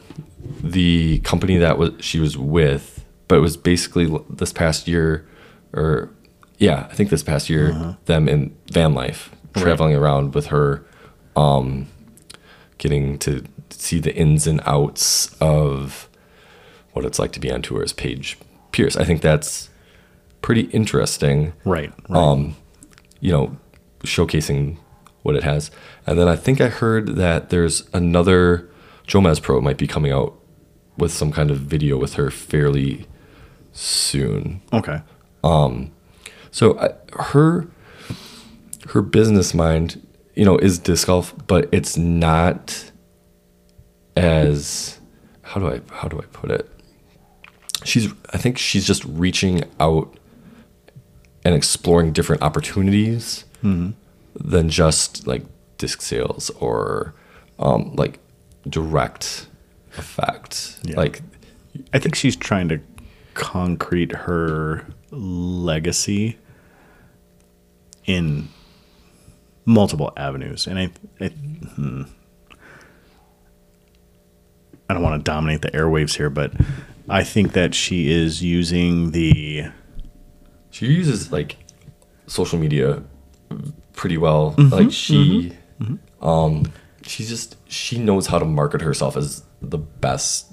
Speaker 2: the company that was she was with, but it was basically l- this past year or yeah, I think this past year them in van life traveling around with her um, getting to see the ins and outs of what it's like to be on tour as Paige Pierce. I think that's pretty interesting
Speaker 1: Right. right.
Speaker 2: you know, showcasing what it has. And then I think I heard that there's another Jomaz Pro might be coming out with some kind of video with her fairly soon.
Speaker 1: okay.
Speaker 2: So I, her her business mind, you know, is disc golf, but it's not as how do I how do I put it? She's I think she's just reaching out and exploring different opportunities than just like disc sales or um, like direct effect. Like
Speaker 1: I think she's trying to concrete her legacy in multiple avenues, and I, I, hmm. I don't want to dominate the airwaves here, but I think that she is using the
Speaker 2: she uses like social media pretty well.
Speaker 1: Mm-hmm.
Speaker 2: Like she, um, she's just she knows how to market herself as the best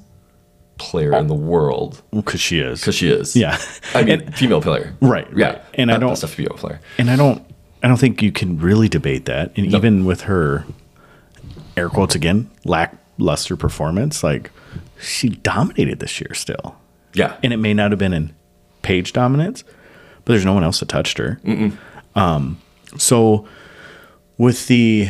Speaker 2: player in the world
Speaker 1: because she is,
Speaker 2: because she is.
Speaker 1: yeah, (laughs)
Speaker 2: I mean, female player,
Speaker 1: right,
Speaker 2: Yeah,
Speaker 1: right. and I
Speaker 2: not
Speaker 1: don't
Speaker 2: best female player.
Speaker 1: and I don't I don't think you can really debate that. And even with her air quotes again, lackluster performance, like she dominated this year still.
Speaker 2: Yeah,
Speaker 1: And it may not have been in page dominance, but there's no one else that touched her. Um so with the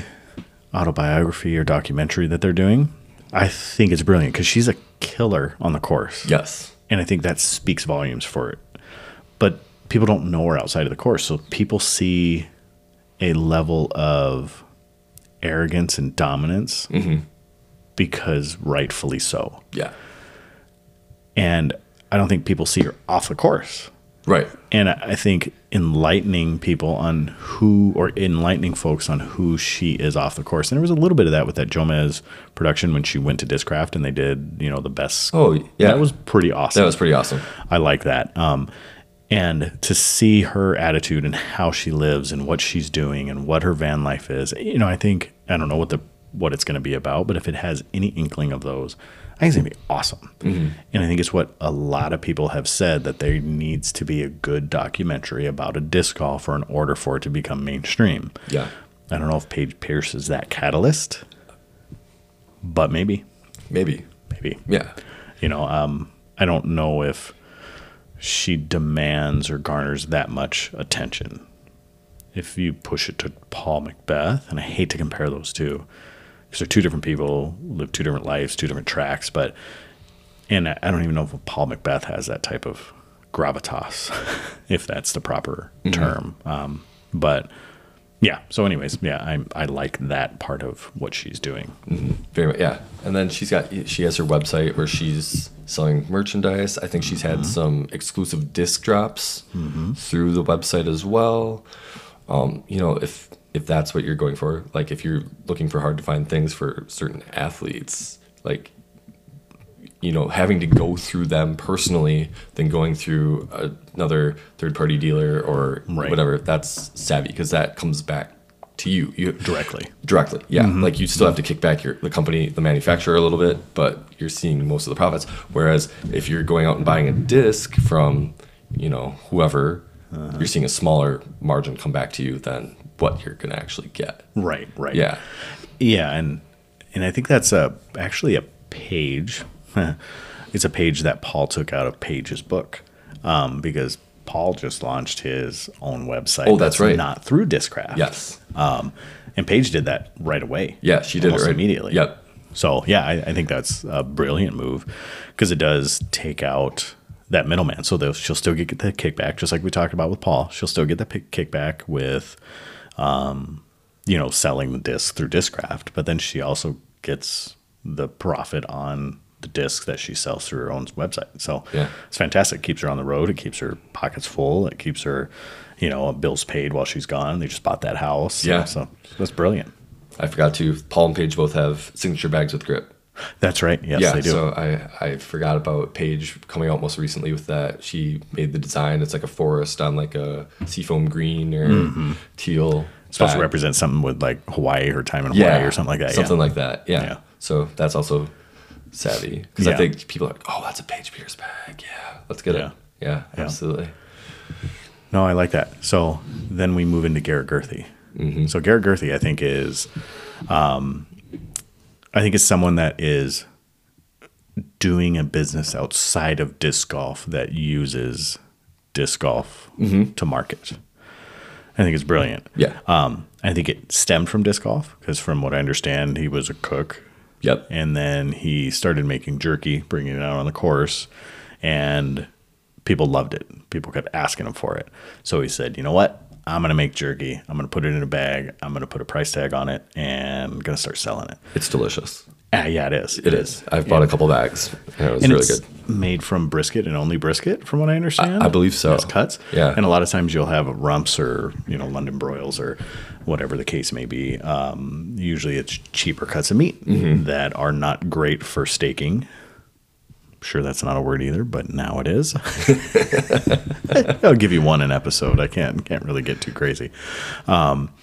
Speaker 1: autobiography or documentary that they're doing, I think it's brilliant because she's a killer on the course
Speaker 2: yes,
Speaker 1: and I think that speaks volumes for it. But people don't know her outside of the course, so people see a level of arrogance and dominance
Speaker 2: Mm-hmm.
Speaker 1: because rightfully so.
Speaker 2: yeah,
Speaker 1: And I don't think people see her off the course.
Speaker 2: right,
Speaker 1: And I I think enlightening people on who, or enlightening folks on who she is off the course. And there was a little bit of that with that Jomez production when she went to Discraft and they did, you know, the best.
Speaker 2: Oh, yeah.
Speaker 1: That was pretty awesome.
Speaker 2: that was pretty awesome.
Speaker 1: I like that. Um, and to see her attitude and how she lives and what she's doing and what her van life is, you know, I think I don't know what the what it's going to be about, but if it has any inkling of those, I think it's going to be awesome. And I think it's what a lot of people have said that there needs to be a good documentary about a disc golf or in order for it to become mainstream.
Speaker 2: Yeah,
Speaker 1: I don't know if Paige Pierce is that catalyst, but maybe,
Speaker 2: maybe,
Speaker 1: maybe
Speaker 2: yeah,
Speaker 1: you know um, i don't know if she demands or garners that much attention if you push it to paul macbeth and i hate to compare those two because they're two different people live two different lives two different tracks but and i I don't even know if paul macbeth has that type of gravitas (laughs) if that's the proper term um, but yeah so anyways yeah I, I like that part of what she's doing
Speaker 2: very much, yeah. And then she's got she has her website where she's selling merchandise. I think she's had some exclusive disc drops through the website as well. Um, you know, if if that's what you're going for, like if you're looking for hard to find things for certain athletes, like you know, having to go through them personally than going through another third party dealer or
Speaker 1: Right.
Speaker 2: whatever, that's savvy because that comes back to you. You
Speaker 1: directly
Speaker 2: directly yeah
Speaker 1: Mm-hmm.
Speaker 2: like you still have to kick back your the company the manufacturer a little bit but you're seeing most of the profits whereas if you're going out and buying a disc from you know whoever
Speaker 1: Uh-huh.
Speaker 2: you're seeing a smaller margin come back to you than what you're going to actually get
Speaker 1: (laughs) right right
Speaker 2: yeah
Speaker 1: Yeah, and and I think that's a actually a page. (laughs) it's a page that Paul took out of Page's book um, because Paul just launched his own website.
Speaker 2: Oh, that's right.
Speaker 1: Not through Discraft.
Speaker 2: yes
Speaker 1: Um, and Paige did that right away.
Speaker 2: yeah she did
Speaker 1: almost
Speaker 2: it right
Speaker 1: immediately.
Speaker 2: yep
Speaker 1: So yeah, I, I think that's a brilliant move because it does take out that middleman. So they'll- she'll still get the kickback, just like we talked about with Paul. She'll still get the pick- kickback with, um, you know, selling the disc through Discraft, but then she also gets the profit on the discs that she sells through her own website. So
Speaker 2: Yeah.
Speaker 1: it's fantastic. It keeps her on the road. It keeps her pockets full. It keeps her, you know, bills paid while she's gone. They just bought that house.
Speaker 2: Yeah.
Speaker 1: So that's brilliant.
Speaker 2: I forgot to. Paul and Paige both have signature bags with grip.
Speaker 1: That's right. Yes,
Speaker 2: yeah,
Speaker 1: they do.
Speaker 2: so I I forgot about Paige coming out most recently with that. She made the design. It's like a forest on like a seafoam green or
Speaker 1: Mm-hmm.
Speaker 2: teal.
Speaker 1: it's supposed to
Speaker 2: bag.
Speaker 1: represent something with like Hawaii or time in Hawaii
Speaker 2: yeah,
Speaker 1: or something like that.
Speaker 2: Something
Speaker 1: yeah.
Speaker 2: like that. Yeah.
Speaker 1: Yeah.
Speaker 2: So that's also savvy because
Speaker 1: Yeah.
Speaker 2: I think people are like, oh, that's a Paige Pierce bag. Yeah, let's get
Speaker 1: Yeah.
Speaker 2: it. Yeah,
Speaker 1: Yeah.
Speaker 2: absolutely.
Speaker 1: No, I like that. So then we move into Garrett Gerthy.
Speaker 2: Mm-hmm.
Speaker 1: So Garrett Gerthy, I think, is, um, I think, is someone that is doing a business outside of disc golf that uses disc golf to market. I think it's brilliant.
Speaker 2: Mm-hmm. Yeah.
Speaker 1: Um, I think it stemmed from disc golf because, from what I understand, he was a cook
Speaker 2: Yep.
Speaker 1: and then he started making jerky, bringing it out on the course, and people loved it. People kept asking him for it. So he said, "You know what? I'm going to make jerky. I'm going to put it in a bag. I'm going to put a price tag on it and going to start selling it."
Speaker 2: It's delicious.
Speaker 1: Ah, yeah, it is.
Speaker 2: It is. I've bought a couple bags. And it was
Speaker 1: And
Speaker 2: really
Speaker 1: it's
Speaker 2: good.
Speaker 1: made from brisket and only brisket, from what I understand.
Speaker 2: I believe so.
Speaker 1: It's cuts.
Speaker 2: Yeah.
Speaker 1: And a lot of times you'll have rumps or, you know, London broils or whatever the case may be. Um, usually it's cheaper cuts of meat
Speaker 2: Mm-hmm.
Speaker 1: that are not great for staking. Sure, that's not a word either, but now it is. (laughs) I'll give you one an episode. I can't can't really get too crazy. Um,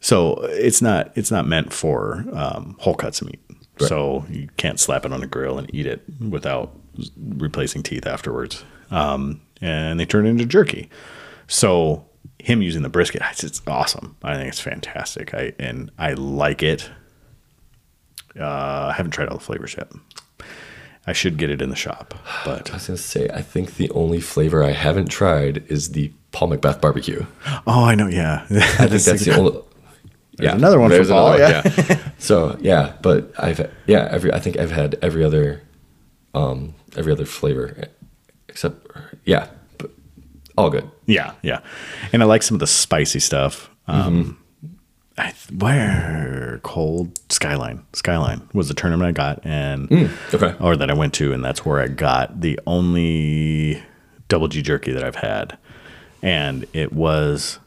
Speaker 1: so it's not it's not meant for um, whole cuts of meat. So you can't slap it on a grill and eat it without replacing teeth afterwards. Um, and they turn it into jerky. So him using the brisket, it's, it's awesome. I think it's fantastic. I and I like it. Uh, I haven't tried all the flavors yet. I should get it in the shop, but
Speaker 2: (sighs) I was gonna say, I think the only flavor I haven't tried is the Paul Macbeth barbecue.
Speaker 1: oh, I know, yeah. (laughs)
Speaker 2: I think that's the only. Yeah,
Speaker 1: another one for Paul,
Speaker 2: one, yeah. (laughs) so yeah, but I've yeah every I think I've had every other, um, every other flavor, except yeah, but all good.
Speaker 1: Yeah, yeah, and I like some of the spicy stuff.
Speaker 2: Mm-hmm.
Speaker 1: Um, I th- where cold skyline skyline was the tournament I got and
Speaker 2: okay.
Speaker 1: or that I went to, and that's where I got the only double G jerky that I've had, and it was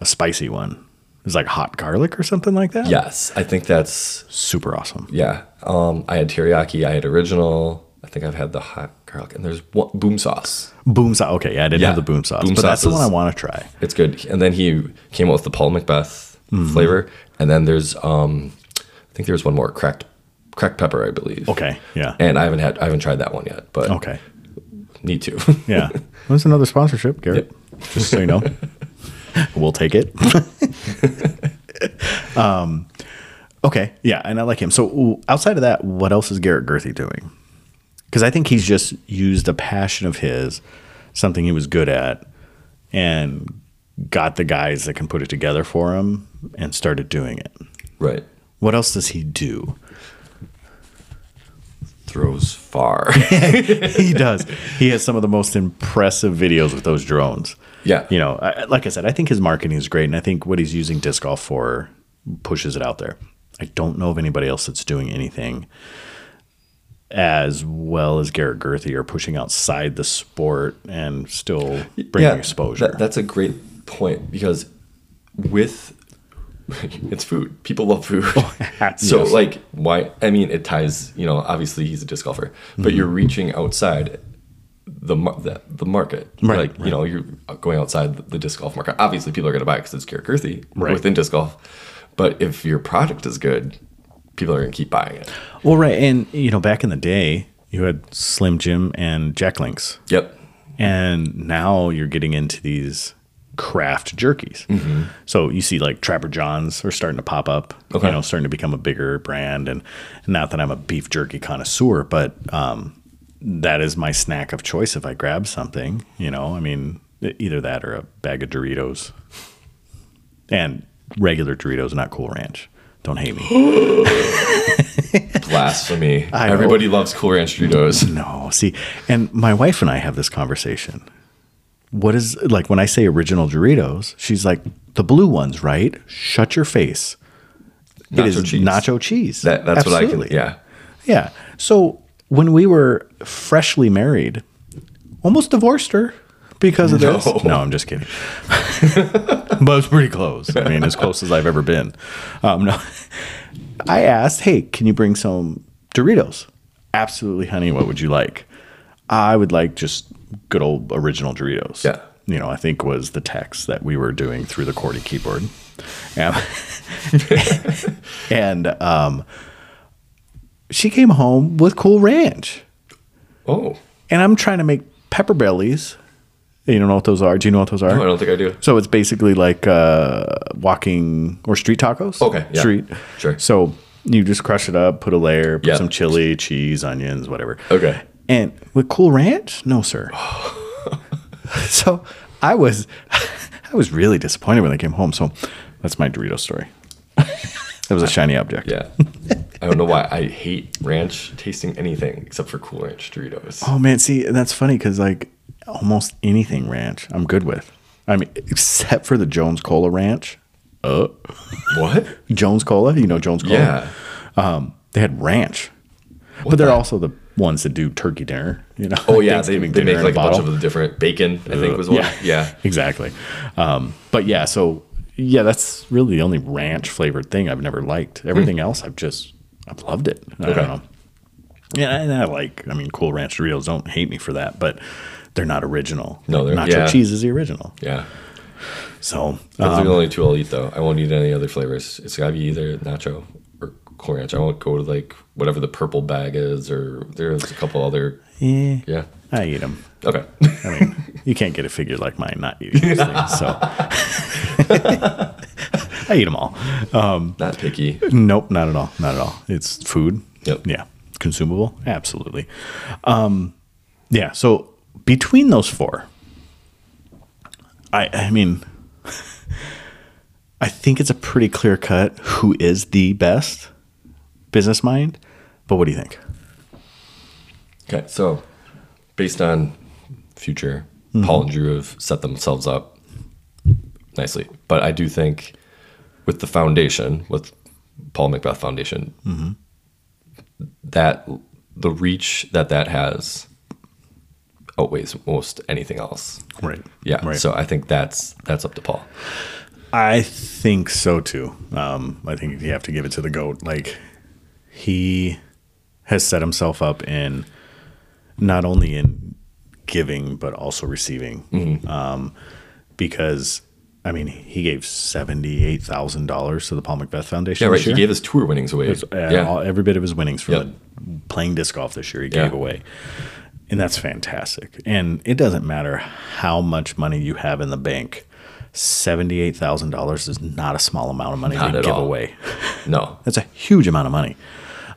Speaker 1: a spicy one. It was like hot garlic or something like that.
Speaker 2: Yes, I think that's
Speaker 1: super awesome.
Speaker 2: yeah. Um, I had teriyaki. I had original. I think I've had the hot garlic, and there's one, boom sauce.
Speaker 1: Boom sauce. Okay, yeah, I didn't
Speaker 2: Yeah,
Speaker 1: have the boom sauce,
Speaker 2: boom
Speaker 1: but that's the
Speaker 2: sauce
Speaker 1: one I
Speaker 2: is-
Speaker 1: want to try.
Speaker 2: It's good. And then he came out with the Paul Macbeth flavor, and then there's um, I think there's one more cracked cracked pepper, I believe.
Speaker 1: Okay, yeah,
Speaker 2: And I haven't had I haven't tried that one yet, but
Speaker 1: okay,
Speaker 2: need to.
Speaker 1: (laughs) yeah. Well, That's another sponsorship, Garrett. Just so you know, (laughs) we'll take it. (laughs) um, okay, yeah, and I like him. So ooh, outside of that, what else is Garrett Gerthy doing? Because I think he's just used a passion of his, something he was good at, and got the guys that can put it together for him and started doing it.
Speaker 2: (laughs) right.
Speaker 1: What else does he do? (laughs)
Speaker 2: Throws far.
Speaker 1: he does. He has some of the most impressive videos with those drones.
Speaker 2: Yeah.
Speaker 1: You know, I, like I said, I think his marketing is great, and I think what he's using disc golf for pushes it out there. I don't know of anybody else that's doing anything as well as Garrett Gerthy or pushing outside the sport and still bringing
Speaker 2: Yeah,
Speaker 1: exposure.
Speaker 2: that- that's a great point because with (laughs) it's food. People love food. so
Speaker 1: Oh, (laughs) yes.
Speaker 2: like why I mean it ties, you know, obviously he's a disc golfer,
Speaker 1: Mm-hmm.
Speaker 2: but you're reaching outside the mar- the, the market.
Speaker 1: Right,
Speaker 2: like, you know, you're going outside the, the disc golf market. Obviously people are going to buy it cuz it's Garrett Gerthy
Speaker 1: Right.
Speaker 2: within disc golf. But if your product is good, people are going to keep buying it.
Speaker 1: well, right, and you know, back in the day, you had Slim Jim and Jack Links.
Speaker 2: Yep.
Speaker 1: and now you're getting into these craft jerkies. So you see like Trapper John's are starting to pop up,
Speaker 2: Okay.
Speaker 1: you know, starting to become a bigger brand. And not that I'm a beef jerky connoisseur, but um, that is my snack of choice if I grab something. You know, I mean, e- either that or a bag of Doritos and regular Doritos, not Cool Ranch. Don't hate me.
Speaker 2: Blasphemy.
Speaker 1: I know.
Speaker 2: Everybody loves Cool Ranch Doritos.
Speaker 1: no, see, and my wife and I have this conversation. what is like when I say original Doritos, she's like, the blue ones, right? Shut your face. it
Speaker 2: Nacho
Speaker 1: is
Speaker 2: cheese.
Speaker 1: nacho cheese.
Speaker 2: That, that's what I
Speaker 1: Absolutely.
Speaker 2: can. Yeah.
Speaker 1: Yeah. So when we were freshly married, almost divorced her, because of this?
Speaker 2: No.
Speaker 1: No, I'm just kidding. (laughs) but it's pretty close. I mean, as close as I've ever been. Um, no, I asked, "Hey, can you bring some Doritos?" Absolutely, honey. What would you like? I would like just good old original Doritos.
Speaker 2: Yeah.
Speaker 1: You know, I think was the text that we were doing through the QWERTY keyboard. Um, and (laughs) um, she came home with Cool Ranch
Speaker 2: Oh,
Speaker 1: and I'm trying to make pepper bellies. You don't know what those are? Do you know what those are?
Speaker 2: no, I don't think I do.
Speaker 1: So it's basically like uh, walking or street tacos.
Speaker 2: Okay, yeah.
Speaker 1: Street.
Speaker 2: Sure.
Speaker 1: So you just crush it up, put a layer, put
Speaker 2: Yeah.
Speaker 1: some chili, cheese, onions, whatever.
Speaker 2: Okay.
Speaker 1: And with Cool Ranch? No,
Speaker 2: (laughs)
Speaker 1: sir. so I was (laughs) I was really disappointed when I came home. So that's my Dorito
Speaker 2: (laughs)
Speaker 1: story. That was a shiny object.
Speaker 2: Yeah. I don't know why I hate ranch tasting anything except for Cool Ranch Doritos.
Speaker 1: Oh man, see, and that's funny because like almost anything ranch, I'm good with. I mean, except for the Jones Cola Ranch. Uh,
Speaker 2: What?
Speaker 1: Jones Cola, you know Jones Cola.
Speaker 2: Yeah.
Speaker 1: Um, they had ranch, but they're also the ones that do turkey dinner. You know. (laughs)
Speaker 2: Oh yeah, they,
Speaker 1: Thanksgiving
Speaker 2: they
Speaker 1: dinner
Speaker 2: make
Speaker 1: in
Speaker 2: like a bunch
Speaker 1: bottle. Uh,
Speaker 2: of the different bacon. I think was one. Yeah.
Speaker 1: (laughs) exactly. Um, but yeah, so yeah, that's really the only ranch flavored thing I've never liked. Everything else, I've just I've loved it. I
Speaker 2: Hmm. Okay.
Speaker 1: don't know. Yeah, and I like. I mean, Cool Ranch Doritos. Don't hate me for that, but they're not original.
Speaker 2: No, they're-
Speaker 1: nacho
Speaker 2: yeah.
Speaker 1: cheese is the original.
Speaker 2: Yeah.
Speaker 1: So
Speaker 2: Those
Speaker 1: uh,
Speaker 2: are the only two I'll eat though. I won't eat any other flavors. It's gotta be either nacho or Cool Ranch. I won't go to like whatever the purple bag is or there's a couple other.
Speaker 1: eh,
Speaker 2: Yeah.
Speaker 1: I eat them.
Speaker 2: Okay. (laughs)
Speaker 1: I mean, you can't get a figure like mine not eating those things. So (laughs) I eat them all.
Speaker 2: Not picky.
Speaker 1: Nope, not at all. Not at all. It's food.
Speaker 2: Yep.
Speaker 1: Yeah. Consumable. Absolutely. Um, yeah. So between those four, I I mean, (laughs) I think it's a pretty clear cut who is the best business mind. But what do you think?
Speaker 2: Okay, so based on future,
Speaker 1: Mm-hmm.
Speaker 2: Paul and Drew have set themselves up nicely. But I do think with the foundation, with Paul Macbeth Foundation,
Speaker 1: Mm-hmm.
Speaker 2: that the reach that that has outweighs most anything else.
Speaker 1: Right.
Speaker 2: Yeah.
Speaker 1: Right.
Speaker 2: So I think that's that's up to Paul.
Speaker 1: I think so too. Um, I think you have to give it to the goat. Like he has set himself up in not only in giving but also receiving.
Speaker 2: Mm-hmm.
Speaker 1: Um, because I mean, he gave seventy eight thousand dollars to the Paul Macbeth Foundation.
Speaker 2: Yeah, right.
Speaker 1: this year.
Speaker 2: He gave his tour winnings away.
Speaker 1: Uh,
Speaker 2: yeah.
Speaker 1: all, every bit of his winnings from
Speaker 2: Yep.
Speaker 1: the playing disc golf this year he
Speaker 2: Yeah.
Speaker 1: gave away. And that's fantastic. And it doesn't matter how much money you have in the bank. $78,000 is not a small amount of money
Speaker 2: Not
Speaker 1: to
Speaker 2: at
Speaker 1: give
Speaker 2: all.
Speaker 1: away. (laughs)
Speaker 2: no.
Speaker 1: That's a huge amount of money.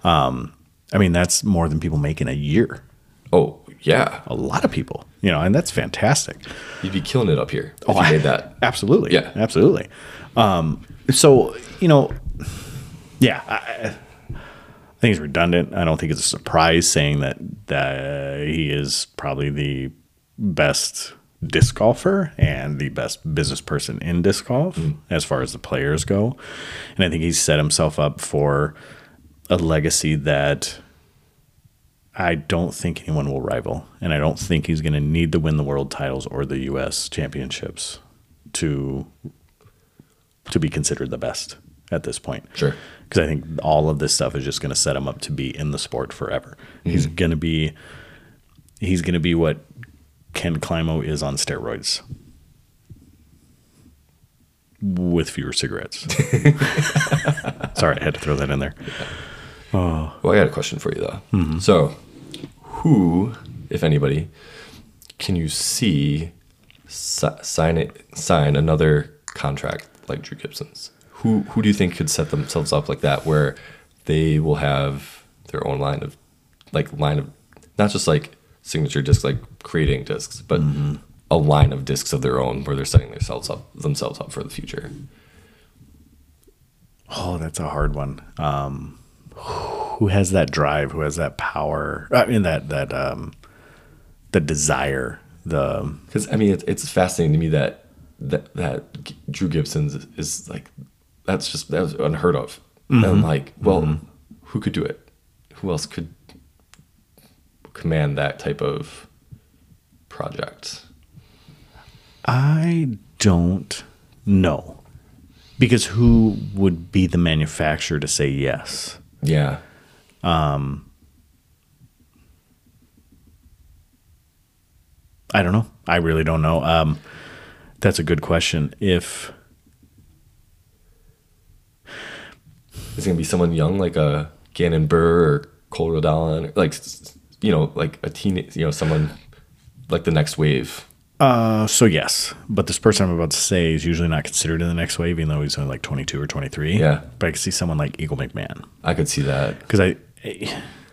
Speaker 1: Um, I mean, that's more than people make in a year.
Speaker 2: Oh yeah.
Speaker 1: A lot of people, you know, and that's fantastic.
Speaker 2: You'd be killing it up here if
Speaker 1: Oh,
Speaker 2: you
Speaker 1: I-
Speaker 2: made that.
Speaker 1: Absolutely.
Speaker 2: Yeah.
Speaker 1: Absolutely. Um, so, you know, yeah, I, I I think it's redundant. I don't think it's a surprise saying that, that he is probably the best disc golfer and the best business person in disc golf as far as the players go. And I think he's set himself up for a legacy that I don't think anyone will rival. And I don't think he's going to need to win the world titles or the U.S. championships to to be considered the best at this point.
Speaker 2: Sure.
Speaker 1: Because I think all of this stuff is just going to set him up to be in the sport forever. He's going to be he's going to be what Ken Climo is on steroids with fewer cigarettes. Sorry, I had to throw that in there.
Speaker 2: Well, I got a question for you though. So, who, if anybody, can you see si- sign it, sign another contract like Drew Gibson's? Who who do you think could set themselves up like that, where they will have their own line of, like line of, not just like signature discs, like creating discs, but a line of discs of their own, where they're setting themselves up themselves up for the future.
Speaker 1: Oh, that's a hard one. Um, who has that drive? Who has that power? I mean that that um, the desire. The
Speaker 2: Because I mean, it's, it's fascinating to me that that that G- Drew Gibson's is, like that's just that was unheard of. And I'm like, well, who could do it? Who else could command that type of project?
Speaker 1: I don't know. Because who would be the manufacturer to say yes?
Speaker 2: Yeah.
Speaker 1: I don't know. I really don't know. Um, that's a good question. If
Speaker 2: It's gonna be someone young like a Gannon Burr or Cole Rodon, or like s- you know, like a teen, you know, someone like the next wave.
Speaker 1: uh, so, yes. But this person I'm about to say is usually not considered in the next wave, even though he's only like 22 or 23.
Speaker 2: Yeah.
Speaker 1: But I could see someone like Eagle McMahon
Speaker 2: I could see that.
Speaker 1: because I.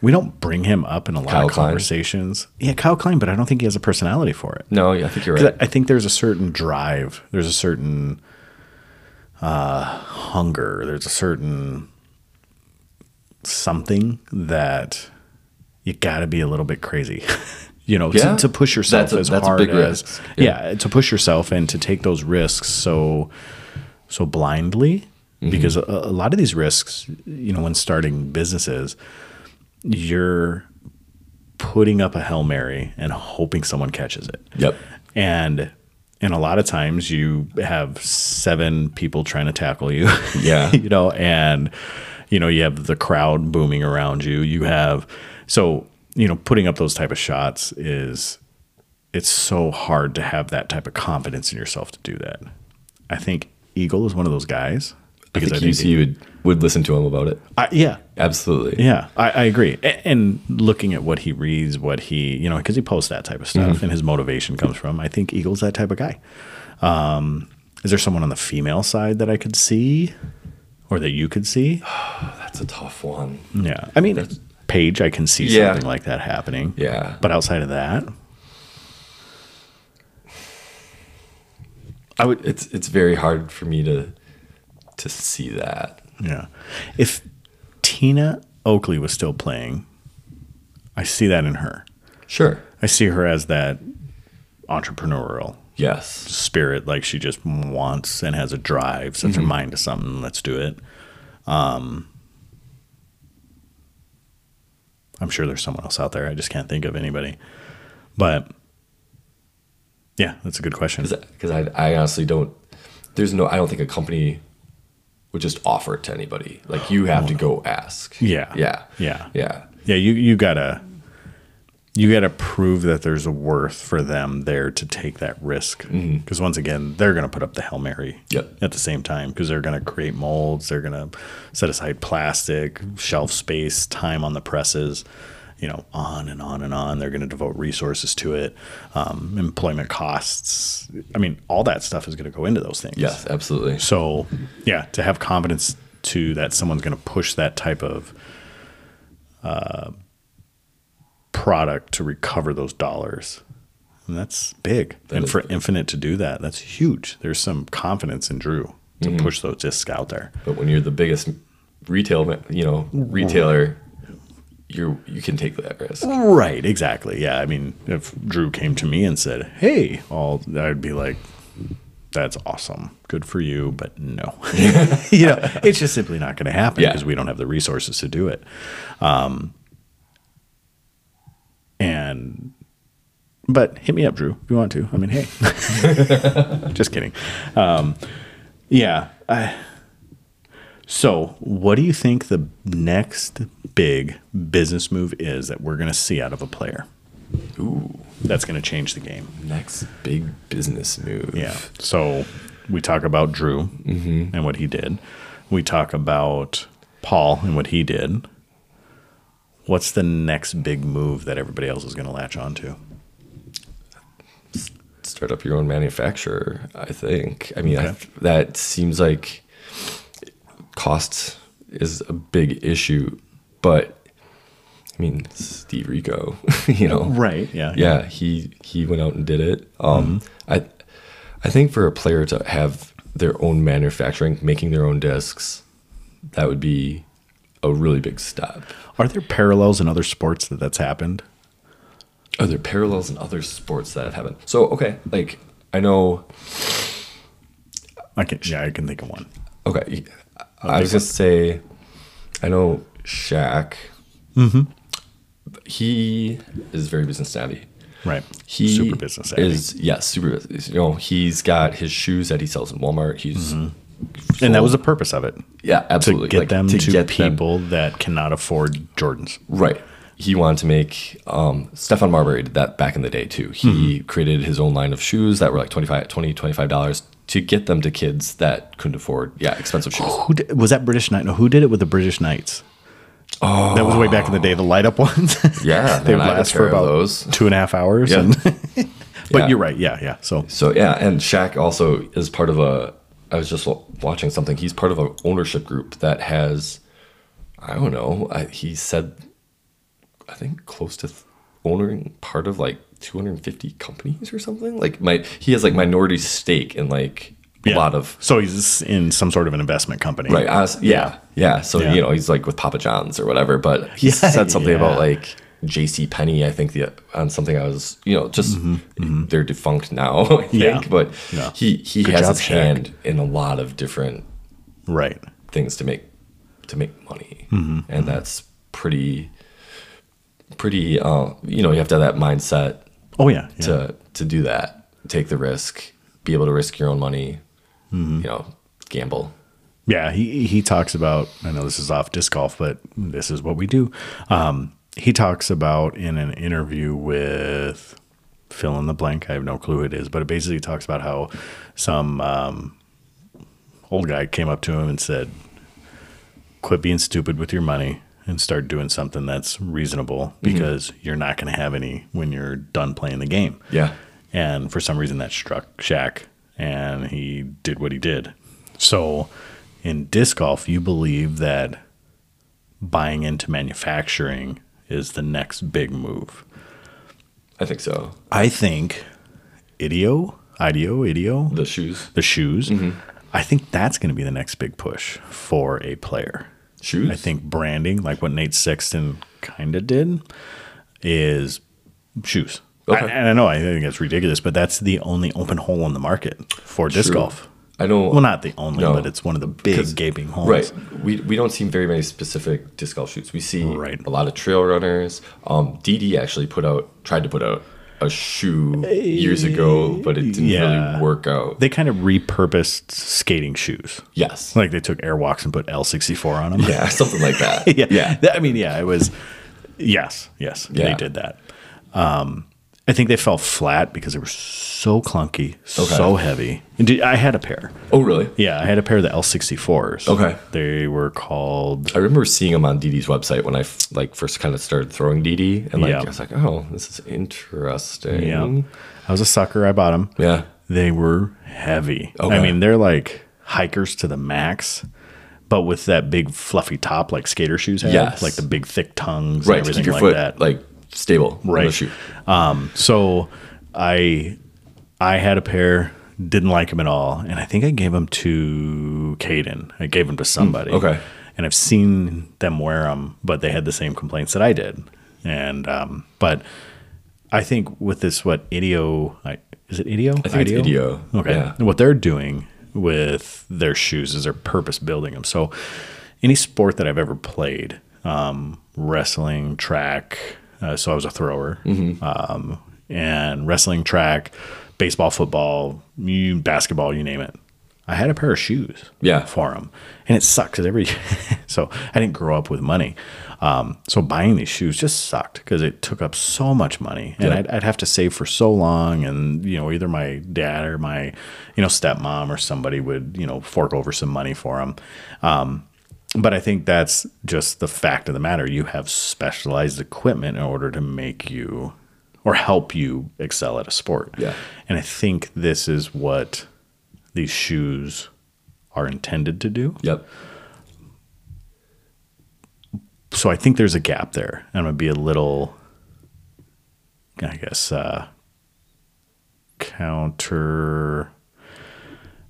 Speaker 1: We don't bring him up in a lot
Speaker 2: Kyle
Speaker 1: of
Speaker 2: Klein?
Speaker 1: conversations. Yeah, Kyle Klein, but I don't think he has a personality for it.
Speaker 2: No, yeah, I think you're
Speaker 1: 'Cause
Speaker 2: right.
Speaker 1: I I think there's a certain drive, there's a certain uh, hunger, there's a certain something that you got to be a little bit crazy, (laughs) you know, to-
Speaker 2: Yeah.
Speaker 1: to, push yourself
Speaker 2: That's a-
Speaker 1: as
Speaker 2: that's a
Speaker 1: hard
Speaker 2: big
Speaker 1: as
Speaker 2: risk.
Speaker 1: yeah. to push yourself and to take those risks so so blindly
Speaker 2: Mm-hmm.
Speaker 1: because a, a lot of these risks, you know, when starting businesses, you're putting up a hail mary and hoping someone catches it.
Speaker 2: Yep.
Speaker 1: And and a lot of times you have seven people trying to tackle you. (laughs)
Speaker 2: Yeah.
Speaker 1: you know, and you know, you have the crowd booming around you. You have so, you know, putting up those type of shots is it's so hard to have that type of confidence in yourself to do that. I think Eagle is one of those guys.
Speaker 2: I think you, you would would listen to him about it.
Speaker 1: I, yeah,
Speaker 2: Absolutely.
Speaker 1: yeah, I, I agree. A- And looking at what he reads, what he, you know, because he posts that type of stuff and his motivation comes from, I think Eagle's that type of guy. Um, is there someone on the female side that I could see or that you could see?
Speaker 2: That's a tough one.
Speaker 1: Yeah. I mean, Paige, I can see
Speaker 2: Yeah.
Speaker 1: something like that happening.
Speaker 2: Yeah.
Speaker 1: But outside of that, I would,
Speaker 2: It's it's very hard for me to to see that.
Speaker 1: yeah. If Tina Oakley was still playing, I see that in her.
Speaker 2: Sure.
Speaker 1: I see her as that entrepreneurial
Speaker 2: Yes.
Speaker 1: spirit. Like she just wants and has a drive, sets her mind to something. Let's do it. Um, I'm sure there's someone else out there. I just can't think of anybody. But yeah, that's a good question.
Speaker 2: Because I, I honestly don't. There's no. I don't think a company would just offer it to anybody. Like you have to go ask.
Speaker 1: Yeah.
Speaker 2: Yeah.
Speaker 1: Yeah.
Speaker 2: Yeah.
Speaker 1: Yeah, you you gotta you gotta prove that there's a worth for them there to take that risk. Because once again, they're gonna put up the hail mary
Speaker 2: Mm-hmm. Yep.
Speaker 1: at the same time because they're gonna create molds, they're gonna set aside plastic, shelf space, time on the presses. You know, on and on and on. They're going to devote resources to it, um, employment costs. I mean, all that stuff is going to go into those things.
Speaker 2: Yes. Absolutely.
Speaker 1: So, yeah, to have confidence to that someone's going to push that type of uh, product to recover those dollars. And that's big. and
Speaker 2: is
Speaker 1: for Infinite to do that, that's huge. There's some confidence in Drew to push those discs out there.
Speaker 2: But when you're the biggest retail, ma- you know, retailer, you are you can take that risk.
Speaker 1: Right, exactly. Yeah, I mean, if Drew came to me and said, "Hey," all I'd be like, "That's awesome, good for you," but
Speaker 2: (laughs)
Speaker 1: no, (laughs) you know, it's just simply not going to happen
Speaker 2: Yeah.
Speaker 1: because we don't have the resources to do it. Um, and but hit me up, Drew, if you want to. I mean,
Speaker 2: (laughs)
Speaker 1: hey, just kidding. Um, yeah. I, so, what do you think the next big business move is that we're going to see out of a player
Speaker 2: Ooh,
Speaker 1: that's going to change the game?
Speaker 2: next big business move.
Speaker 1: Yeah. So, we talk about Drew and what he did. We talk about Paul and what he did. What's the next big move that everybody else is going to latch onto?
Speaker 2: Start up your own manufacturer. I think. I mean, I,
Speaker 1: Okay.
Speaker 2: that seems like cost is a big issue, but. I mean, Steve Rico, (laughs) you know,
Speaker 1: Right. Yeah.
Speaker 2: yeah, he he went out and did it. Um,
Speaker 1: Mm-hmm.
Speaker 2: I I think for a player to have their own manufacturing, making their own discs, that would be a really big step.
Speaker 1: Are there parallels in other sports that that's happened?
Speaker 2: Are there parallels in other sports that have happened? So okay, like I know.
Speaker 1: I can. Yeah, I can think of one.
Speaker 2: Okay, I was gonna say, I know
Speaker 1: Mm-hmm.
Speaker 2: Shaq. He is very business savvy.
Speaker 1: Right.
Speaker 2: He
Speaker 1: Super business savvy.
Speaker 2: is yes, super business. You know, he's got his shoes that he sells in Walmart. He's
Speaker 1: And that was the purpose of it
Speaker 2: yeah,
Speaker 1: Mm-hmm. to
Speaker 2: absolutely
Speaker 1: get
Speaker 2: Like,
Speaker 1: them to,
Speaker 2: get them-
Speaker 1: people that cannot afford Jordans.
Speaker 2: Right. He wanted to make um, Stefan Marbury did that back in the day too. He
Speaker 1: Mm-hmm.
Speaker 2: created his own line of shoes that were like 25 20 25 dollars to get them to kids that couldn't afford yeah expensive
Speaker 1: (gasps)
Speaker 2: shoes.
Speaker 1: Who did, was that British Knight? No, who did it with the British Knights? Oh, that was way back in the day. The light up (laughs) ones.
Speaker 2: Yeah,
Speaker 1: they would
Speaker 2: Ah, man, I had a
Speaker 1: last
Speaker 2: pair
Speaker 1: for
Speaker 2: of
Speaker 1: about
Speaker 2: those.
Speaker 1: two and a half hours.
Speaker 2: Yeah.
Speaker 1: And
Speaker 2: (laughs)
Speaker 1: but
Speaker 2: Yeah.
Speaker 1: you're right. Yeah, yeah. So
Speaker 2: So yeah, and Shaq also is part of a. I was just wa- watching something. He's part of an ownership group that has, I don't know. I, he said, I think close to th- owning part of like 250 companies or something. Like my, he has like minority stake in like
Speaker 1: yeah.
Speaker 2: a lot of
Speaker 1: So he's in some sort of an investment company.
Speaker 2: Right. I was- yeah. Yeah. So
Speaker 1: Yeah.
Speaker 2: you know he's like with Papa John's or whatever, but he
Speaker 1: Yeah,
Speaker 2: said something
Speaker 1: yeah.
Speaker 2: about like J.C. Penney. I think the on something I was you know just they're defunct now. (laughs) I think,
Speaker 1: Mm-hmm. Yeah.
Speaker 2: but
Speaker 1: Yeah.
Speaker 2: he he
Speaker 1: Good
Speaker 2: has
Speaker 1: job,
Speaker 2: his
Speaker 1: Shaq.
Speaker 2: hand in a lot of different
Speaker 1: Right.
Speaker 2: things to make to make money,
Speaker 1: Mm-hmm.
Speaker 2: and that's pretty pretty. Uh, you know, you have to have that mindset
Speaker 1: Oh yeah. yeah.
Speaker 2: to to do that. Take the risk, be able to risk your own money.
Speaker 1: Mm-hmm.
Speaker 2: You know, gamble.
Speaker 1: Yeah, he he talks about. I know this is off disc golf, but this is what we do. Um, he talks about in an interview with fill in the blank. I have no clue who it is, but it basically talks about how some um, old guy came up to him and said, "Quit being stupid with your money." And start doing something that's reasonable because you're not going to have any when you're done playing the game.
Speaker 2: Yeah.
Speaker 1: And for some reason, that struck Shaq, and he did what he did. So, in disc golf, you believe that buying into manufacturing is the next big move.
Speaker 2: I think so.
Speaker 1: I think Idio, Idio, Idio,
Speaker 2: The shoes.
Speaker 1: the shoes, I think that's going to be the next big push for a player.
Speaker 2: Shoes?
Speaker 1: I think branding, like what Nate Sexton kind of did, is shoes.
Speaker 2: Okay.
Speaker 1: I, and I know I think it's ridiculous, but that's the only open hole in the market for disc
Speaker 2: True.
Speaker 1: golf.
Speaker 2: I know.
Speaker 1: Well, not the only,
Speaker 2: No.
Speaker 1: but it's one of the big
Speaker 2: 'Cause-
Speaker 1: gaping holes.
Speaker 2: right. We, we don't see very many specific disc golf shoots. We see
Speaker 1: Right.
Speaker 2: a lot of trail runners. Um, DD actually put out tried to put out a shoe years ago, but it didn't
Speaker 1: Yeah.
Speaker 2: really work out.
Speaker 1: They kind of repurposed skating shoes.
Speaker 2: yes.
Speaker 1: Like they took Airwalks and put L64 on them.
Speaker 2: (laughs) yeah, something like
Speaker 1: (laughs)
Speaker 2: that.
Speaker 1: yeah.
Speaker 2: Yeah.
Speaker 1: That- I mean, yeah, it was. Yes, yes, they
Speaker 2: Yeah.
Speaker 1: did that. Um, I think they fell flat because they were so clunky, so heavy. And did, I had a pair.
Speaker 2: Oh, really?
Speaker 1: Yeah, I had a pair of the L64s.
Speaker 2: Okay.
Speaker 1: They were called.
Speaker 2: I remember seeing them on DD's website when I f- like first kind of started throwing DD, and like
Speaker 1: Yeah.
Speaker 2: I was like, oh, this is interesting.
Speaker 1: Yeah. I was a sucker. I bought them.
Speaker 2: Mm-hmm. Yeah.
Speaker 1: They were heavy.
Speaker 2: Okay.
Speaker 1: I mean, they're like hikers to the max, but with that big fluffy top like skater shoes have,
Speaker 2: Yes.
Speaker 1: like the big thick tongues
Speaker 2: Right.
Speaker 1: and
Speaker 2: To
Speaker 1: everything
Speaker 2: keep your
Speaker 1: like
Speaker 2: foot
Speaker 1: that.
Speaker 2: like stable. on the
Speaker 1: Right.
Speaker 2: shoe.
Speaker 1: Um, so I I had a pair, didn't like them at all, and I think I gave them to Caden. I gave them to somebody.
Speaker 2: Hmm, okay.
Speaker 1: And I've seen them wear them, but they had the same complaints that I did. And um, but I think with this, what Idio I, is it Idio? I
Speaker 2: think it's Idio,
Speaker 1: Okay.
Speaker 2: yeah.
Speaker 1: And what they're doing with their shoes is they're purpose building them. So any sport that I've ever played, um, wrestling, track. Uh, so I was a thrower, um, and wrestling, track, baseball, football, you, basketball, you name it. I had a pair of shoes
Speaker 2: Yeah.
Speaker 1: for them, and it sucks because every (laughs) so I didn't grow up with money, um, so buying these shoes just sucked because it took up so much money, and
Speaker 2: Yeah.
Speaker 1: I'd, I'd have to save for so long, and you know either my dad or my you know stepmom or somebody would you know fork over some money for them, um, but I think that's just the fact of the matter. You have specialized equipment in order to make you or help you excel at a sport.
Speaker 2: Yeah.
Speaker 1: And I think this is what these shoes are intended to do.
Speaker 2: Yep.
Speaker 1: So I think there's a gap there. I'm going to be a little, I guess, uh, counter.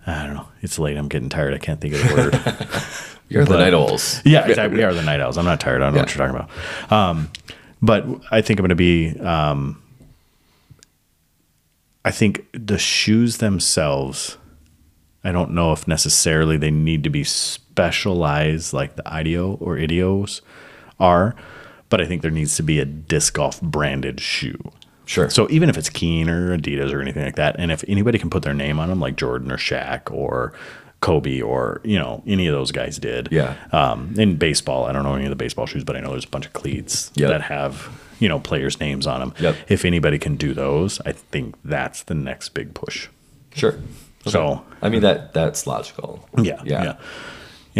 Speaker 1: I don't know. It's late. I'm getting tired. I can't think of the word.
Speaker 2: You're the night owls.
Speaker 1: Yeah, exactly. We are the night owls. I'm not tired. I don't know what you're talking about. Um, but I think I'm going to be. Um, I think the shoes themselves. I don't know if necessarily they need to be specialized like the IDEO or IDEOs are, but I think there needs to be a disc golf branded shoe.
Speaker 2: Sure.
Speaker 1: So even if it's Keen or Adidas or anything like that, and if anybody can put their name on them, like Jordan or Shaq or Kobe or you know any of those guys did.
Speaker 2: Yeah.
Speaker 1: Um, in baseball, I don't know any of the baseball shoes, but I know there's a bunch of cleats
Speaker 2: Yep.
Speaker 1: that have you know players' names on them.
Speaker 2: Yep.
Speaker 1: If anybody can do those, I think that's the next big push.
Speaker 2: Sure.
Speaker 1: So
Speaker 2: I mean that that's logical.
Speaker 1: yeah,
Speaker 2: Yeah.
Speaker 1: yeah,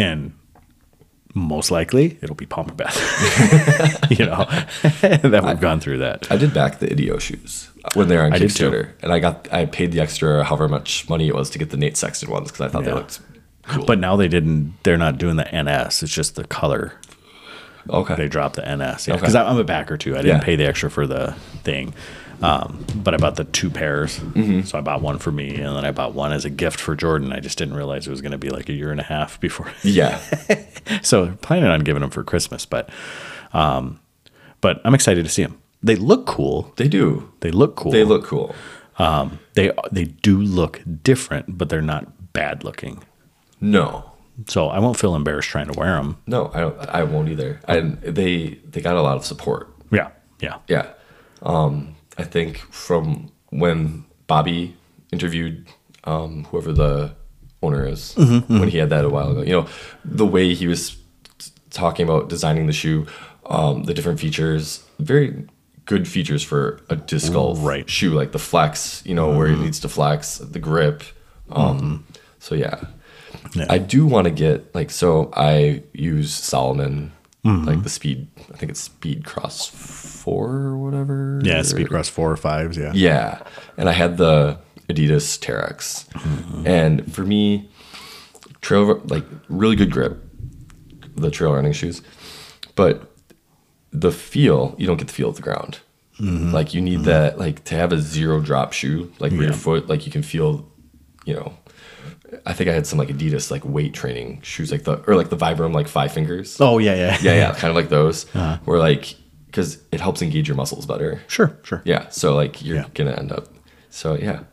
Speaker 1: and most likely it'll be Palmer
Speaker 2: (laughs)
Speaker 1: Beth. (laughs) you know (laughs) that we've gone through that.
Speaker 2: I did back the Idio shoes when they were on
Speaker 1: I did too.
Speaker 2: Kickstarter, and I got I paid the extra however much money it was to get the Nate Sexton ones because I thought they
Speaker 1: Yeah.
Speaker 2: looked cool.
Speaker 1: But now they didn't. They're not doing the NS. It's just the color.
Speaker 2: okay,
Speaker 1: They dropped the NS. Yeah,
Speaker 2: Okay.
Speaker 1: because I'm a backer too. I didn't
Speaker 2: Yeah.
Speaker 1: pay the extra for the thing, um, but I bought the two pairs.
Speaker 2: Mm-hmm.
Speaker 1: So I bought one for me, and then I bought one as a gift for Jordan. I just didn't realize it was going to be like a year and a half before. (laughs)
Speaker 2: yeah,
Speaker 1: so I'm planning on giving them for Christmas, but um, but I'm excited to see them. They look cool.
Speaker 2: they do.
Speaker 1: They look cool.
Speaker 2: They look cool.
Speaker 1: They they do look different, but they're not bad looking.
Speaker 2: No,
Speaker 1: So I won't feel embarrassed trying to wear them.
Speaker 2: no, I don't. I won't either. And they they got a lot of support.
Speaker 1: Yeah. Yeah.
Speaker 2: Yeah, um, I think from when Bobby interviewed um, whoever the owner is when he had that a while ago. You know, the way he was t- talking about designing the shoe, um, the different features, very good features for a disc golf
Speaker 1: Right.
Speaker 2: shoe, like the flex. You know, where it needs to flex, the grip. Um, So yeah.
Speaker 1: Yeah.
Speaker 2: I do want to get like so. I use Solomon, like the Speed. I think it's Speed Cross Four or whatever.
Speaker 1: Yeah,
Speaker 2: or-
Speaker 1: speed cross four or fives. Yeah.
Speaker 2: Yeah, and I had the Adidas Terex, and for me, trail like really good grip, the trail running shoes, but the feel you don't get the feel of the ground. Like you need that like to have a zero drop shoe like where your foot like you can feel, you know. I think I had some like Adidas like weight training shoes like the or like the Vibram like five fingers.
Speaker 1: Oh yeah, yeah,
Speaker 2: Yeah, yeah, kind of like those where like because it helps engage your muscles better.
Speaker 1: Sure, sure.
Speaker 2: Yeah. So like you're
Speaker 1: Yeah.
Speaker 2: gonna end up. So yeah.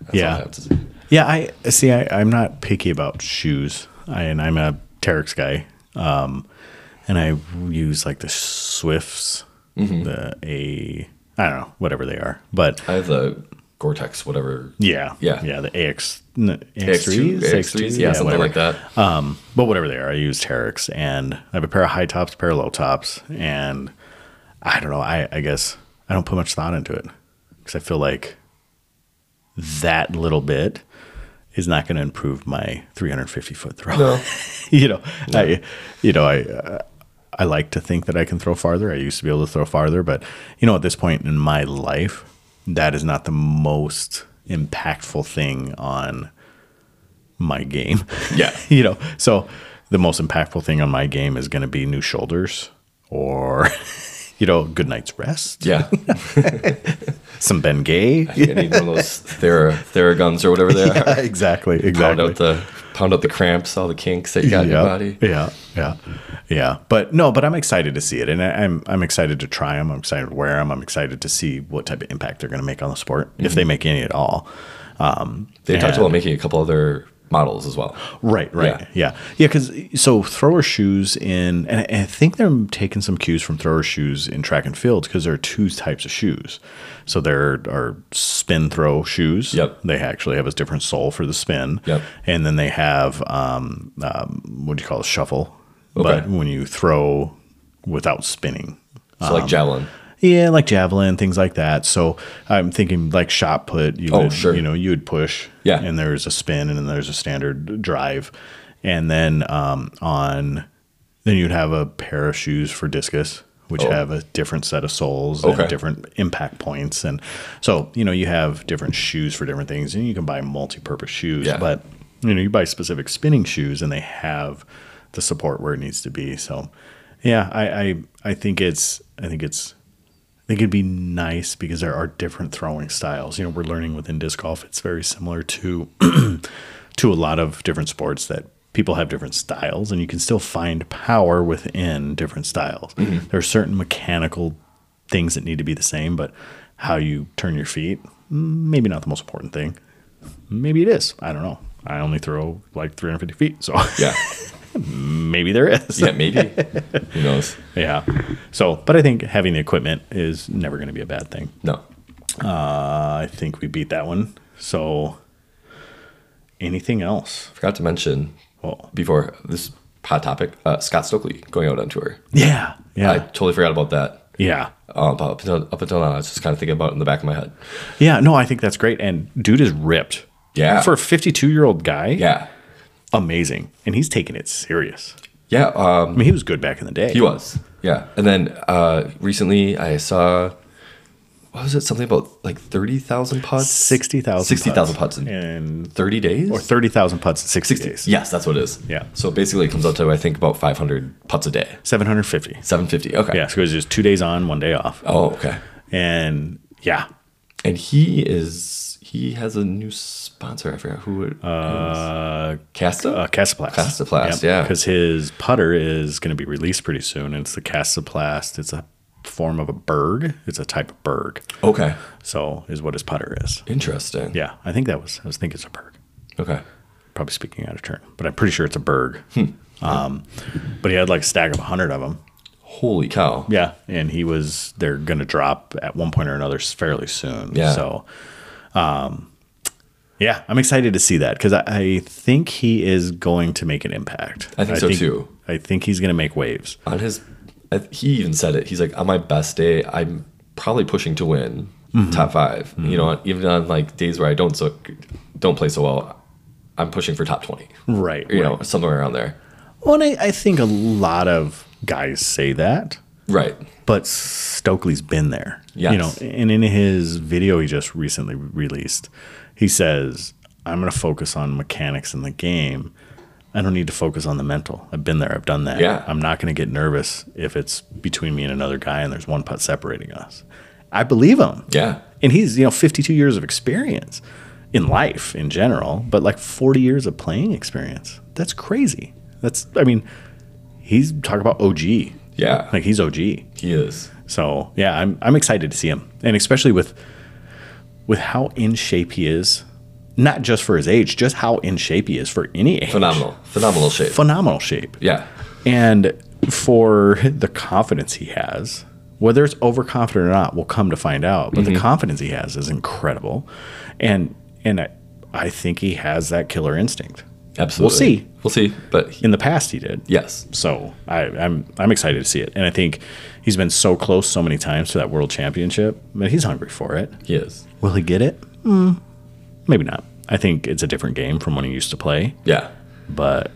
Speaker 2: That's
Speaker 1: Yeah.
Speaker 2: I have to say.
Speaker 1: Yeah, I see. I, I'm not picky about shoes, I, and I'm a Terex guy. Um, and I use like the Swifts,
Speaker 2: Mm-hmm.
Speaker 1: the A, I don't know, whatever they are, but
Speaker 2: I have the Gore-Tex, whatever.
Speaker 1: yeah,
Speaker 2: Yeah.
Speaker 1: yeah, the AX, n-
Speaker 2: X2,
Speaker 1: AX3s,
Speaker 2: X3s, yeah, something
Speaker 1: whatever.
Speaker 2: like that.
Speaker 1: Um, but whatever they are, I use Terex, and I have a pair of high tops, a pair of low tops, and I don't know. I, I guess I don't put much thought into it because I feel like that little bit is not going to improve my 350 foot throw.
Speaker 2: No.
Speaker 1: (laughs) you know, I, you know, I, uh, I like to think that I can throw farther. I used to be able to throw farther, but you know, at this point in my life, that is not the most impactful thing on my game.
Speaker 2: Yeah.
Speaker 1: (laughs) you know, so the most impactful thing on my game is going to be new shoulders or, (laughs) you know, good night's rest,
Speaker 2: (laughs) Yeah.
Speaker 1: some Ben
Speaker 2: (laughs)
Speaker 1: Gay. (laughs)
Speaker 2: I need one of those Thera Theraguns or whatever they are.
Speaker 1: exactly.
Speaker 2: Pound
Speaker 1: Exactly.
Speaker 2: out the pound out the cramps, all the kinks that you got in your
Speaker 1: yeah,
Speaker 2: body.
Speaker 1: Yeah, yeah, yeah. But no, but I'm excited to see it, and I, I'm I'm excited to try them. I'm excited to wear them. I'm excited to see what type of impact they're going to make on the sport, if they make any at all.
Speaker 2: They talked
Speaker 1: And-
Speaker 2: about making a couple other models as well.
Speaker 1: Right, right, yeah, yeah. Because so thrower shoes in, and I- and I think they're taking some cues from thrower shoes in track and field because there are two types of shoes. So there are spin throw shoes.
Speaker 2: Yep.
Speaker 1: They actually have a different sole for the spin.
Speaker 2: Yep.
Speaker 1: And then they have um, um what do you call it, shuffle? But
Speaker 2: Okay.
Speaker 1: when you throw without spinning,
Speaker 2: So
Speaker 1: Um,
Speaker 2: like javelin.
Speaker 1: yeah, like javelin, things like that. So I'm thinking like shot put. You
Speaker 2: Oh,
Speaker 1: would,
Speaker 2: sure.
Speaker 1: You know, you would push.
Speaker 2: Yeah.
Speaker 1: And there's a spin, and then there's a standard drive, and then um, on, then you'd have a pair of shoes for discus, which
Speaker 2: Oh.
Speaker 1: have a different set of soles
Speaker 2: Okay.
Speaker 1: and different impact points, and so you know you have different shoes for different things, and you can buy multi-purpose shoes,
Speaker 2: Yeah.
Speaker 1: but you know you buy specific spinning shoes, and they have the support where it needs to be. So. Yeah, I, I I think it's I think it's I think it'd be nice because there are different throwing styles. You know, we're learning within disc golf. It's very similar to to a lot of different sports that people have different styles, and you can still find power within different styles.
Speaker 2: Mm-hmm.
Speaker 1: There are certain mechanical things that need to be the same, but how you turn your feet, mm, maybe not the most important thing. Maybe it is. I don't know. I only throw like 350 feet, so (laughs)
Speaker 2: Yeah.
Speaker 1: maybe there is. (laughs)
Speaker 2: Yeah, maybe. Who knows?
Speaker 1: yeah. So, but I think having the equipment is never going to be a bad thing.
Speaker 2: No.
Speaker 1: Uh, I think we beat that one. So anything else?
Speaker 2: Forgot to mention
Speaker 1: Well,
Speaker 2: before this hot topic, uh, Scott Stokely going out on tour.
Speaker 1: yeah, yeah,
Speaker 2: I totally forgot about that.
Speaker 1: yeah.
Speaker 2: Uh, but up until up until now, I was just kind of thinking about it in the back of my head.
Speaker 1: Yeah, no, I think that's great. And dude is ripped.
Speaker 2: Yeah.
Speaker 1: For a 52 year old guy,
Speaker 2: Yeah,
Speaker 1: amazing. And he's taking it serious.
Speaker 2: yeah. Um,
Speaker 1: I mean, he was good back in the day.
Speaker 2: He was, yeah. And then uh, recently, I saw what was it? Something about like thirty thousand putts,
Speaker 1: 60,000
Speaker 2: sixty thousand putts in
Speaker 1: And
Speaker 2: thirty days,
Speaker 1: or 30,000 putts in 60 days.
Speaker 2: Yes, that's what it is.
Speaker 1: Yeah.
Speaker 2: So basically, it comes out to I think about five hundred putts a day,
Speaker 1: 750.
Speaker 2: seven fifty. Okay.
Speaker 1: Yeah, so it was just two days on, one day off.
Speaker 2: Oh, okay.
Speaker 1: And yeah,
Speaker 2: And he is he has a new sponsor. I forgot who it
Speaker 1: uh,
Speaker 2: Casta.
Speaker 1: uh, Casaplast.
Speaker 2: Casaplast, yeah.
Speaker 1: Because his putter is going to be released pretty soon. And it's the Casaplast. It's a form of a berg. It's a type of berg.
Speaker 2: okay.
Speaker 1: So is what his putter is.
Speaker 2: Interesting.
Speaker 1: Yeah, I think that was. I was thinking it's a berg.
Speaker 2: Okay.
Speaker 1: Probably speaking out of turn, but I'm pretty sure it's a berg. um, but he had like a stack of hundred of them.
Speaker 2: Holy cow.
Speaker 1: Yeah, and he was. They're going to drop at one point or another fairly soon.
Speaker 2: Yeah.
Speaker 1: So, um, yeah, I'm excited to see that because I, I think he is going to make an impact.
Speaker 2: I think so, too.
Speaker 1: I think he's going to make waves.
Speaker 2: on his I th- he even said it he's like on my best day i'm probably pushing to win
Speaker 1: Mm-hmm.
Speaker 2: top 5 you know even on like days where i don't so don't play so well i'm pushing for top 20
Speaker 1: Right.
Speaker 2: you
Speaker 1: right.
Speaker 2: know somewhere around there
Speaker 1: Well, and I, I think a lot of guys say that.
Speaker 2: right
Speaker 1: but Stokely's been there.
Speaker 2: Yes.
Speaker 1: You know, and in his video he just recently released, he says, I'm going to focus on mechanics in the game. I don't need to focus on the mental. I've been there. I've done that.
Speaker 2: Yeah.
Speaker 1: I'm not going to get nervous if it's between me and another guy and there's one putt separating us. I believe him.
Speaker 2: yeah
Speaker 1: And he's, you know, 52 years of experience in life in general, but like 40 years of playing experience. That's crazy. That's, I mean, he's talking about OG.
Speaker 2: yeah
Speaker 1: Like he's OG.
Speaker 2: he is
Speaker 1: So yeah, I'm I'm excited to see him, and especially with with how in shape he is, not just for his age, just how in shape he is for any age.
Speaker 2: phenomenal phenomenal shape
Speaker 1: Phenomenal shape,
Speaker 2: yeah
Speaker 1: and for the confidence he has, whether it's overconfident or not, we'll come to find out. But the confidence he has is incredible, and and I, I think he has that killer instinct.
Speaker 2: absolutely
Speaker 1: see.
Speaker 2: we'll see but he,
Speaker 1: In the past, he did.
Speaker 2: yes
Speaker 1: So I, I'm I'm excited to see it, and I think he's been so close so many times to that world championship, but he's hungry for it.
Speaker 2: he is
Speaker 1: Will he get it? Mm, maybe not. I think it's a different game from when he used to play,
Speaker 2: yeah
Speaker 1: but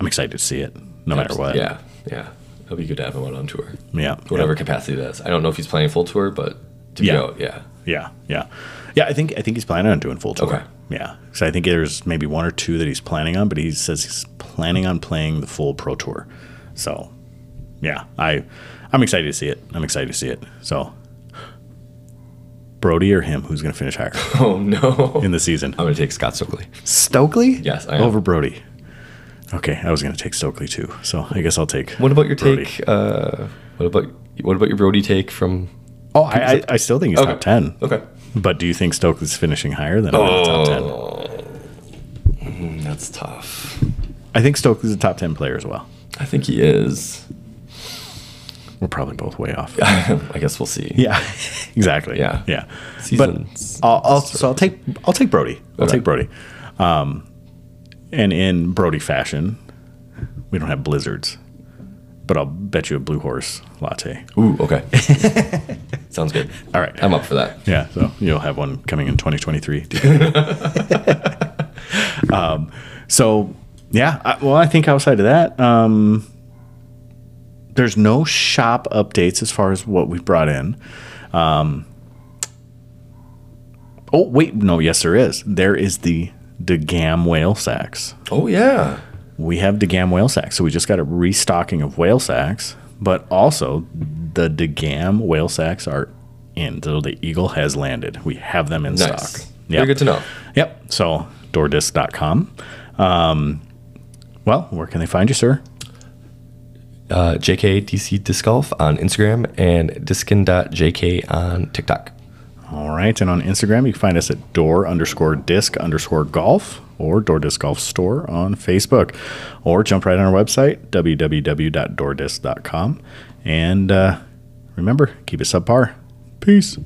Speaker 1: I'm excited to see it, no matter what.
Speaker 2: yeah yeah it'll be good to have him out on tour
Speaker 1: yeah,
Speaker 2: whatever capacity that is i don't know if he's playing full tour but to be
Speaker 1: Yeah.
Speaker 2: out yeah (laughs)
Speaker 1: yeah, yeah, yeah. I think I think he's planning on doing full tour.
Speaker 2: Okay.
Speaker 1: Yeah, because I think there's maybe one or two that he's planning on, but he says he's planning on playing the full pro tour. So, yeah, I I'm excited to see it. I'm excited to see it. So, Brody or him, who's going to finish higher
Speaker 2: oh no
Speaker 1: in the
Speaker 2: (laughs)
Speaker 1: season?
Speaker 2: i'm gonna take scott stokely
Speaker 1: Stokely?
Speaker 2: Yes, I am.
Speaker 1: Over Brody. Okay, I was going to take Stokely too, so I guess I'll take.
Speaker 2: What about your
Speaker 1: Brody.
Speaker 2: take? Uh, what about what about your Brody take from?
Speaker 1: Oh, I, I, I still think he's
Speaker 2: Okay.
Speaker 1: top ten.
Speaker 2: Okay.
Speaker 1: But do you think Stokely's finishing higher than him in the top
Speaker 2: Oh.
Speaker 1: ten?
Speaker 2: Mm, that's tough.
Speaker 1: I think Stokely's a top ten player as well.
Speaker 2: I think he is. (laughs)
Speaker 1: We're probably both way off.
Speaker 2: I guess we'll see.
Speaker 1: Yeah, (laughs) exactly.
Speaker 2: Yeah.
Speaker 1: yeah.
Speaker 2: Seasons.
Speaker 1: But I'll, I'll so I'll take I'll take Brody. I'll
Speaker 2: Okay.
Speaker 1: take Brody. Um, and in Brody fashion, we don't have blizzards, but I'll bet you a blue horse latte.
Speaker 2: Ooh. Okay. Sounds good.
Speaker 1: All right.
Speaker 2: I'm up for that.
Speaker 1: Yeah, so you'll have one coming in 2023. um, so yeah, I, well, I think outside of that, um, there's no shop updates as far as what we brought in. Um, oh wait, no, yes, there is. There is the DeGam whale sacks.
Speaker 2: Oh yeah.
Speaker 1: We have DeGam whale sacks, so we just got a restocking of whale sacks, but also the DeGam whale sacks are in. So the Eagle has landed. We have them in
Speaker 2: Nice.
Speaker 1: stock.
Speaker 2: Very good to know.
Speaker 1: Yep. So doordisc.com. Um, well, where can they find you, sir?
Speaker 2: Uh, JKDC Disc Golf on Instagram and diskin.jk on TikTok.
Speaker 1: All right. And on Instagram, you can find us at door underscore disc underscore golf or Door Disc Golf Store on Facebook or jump right on our website, www.doordisc.com. And uh, remember, keep it subpar. Peace.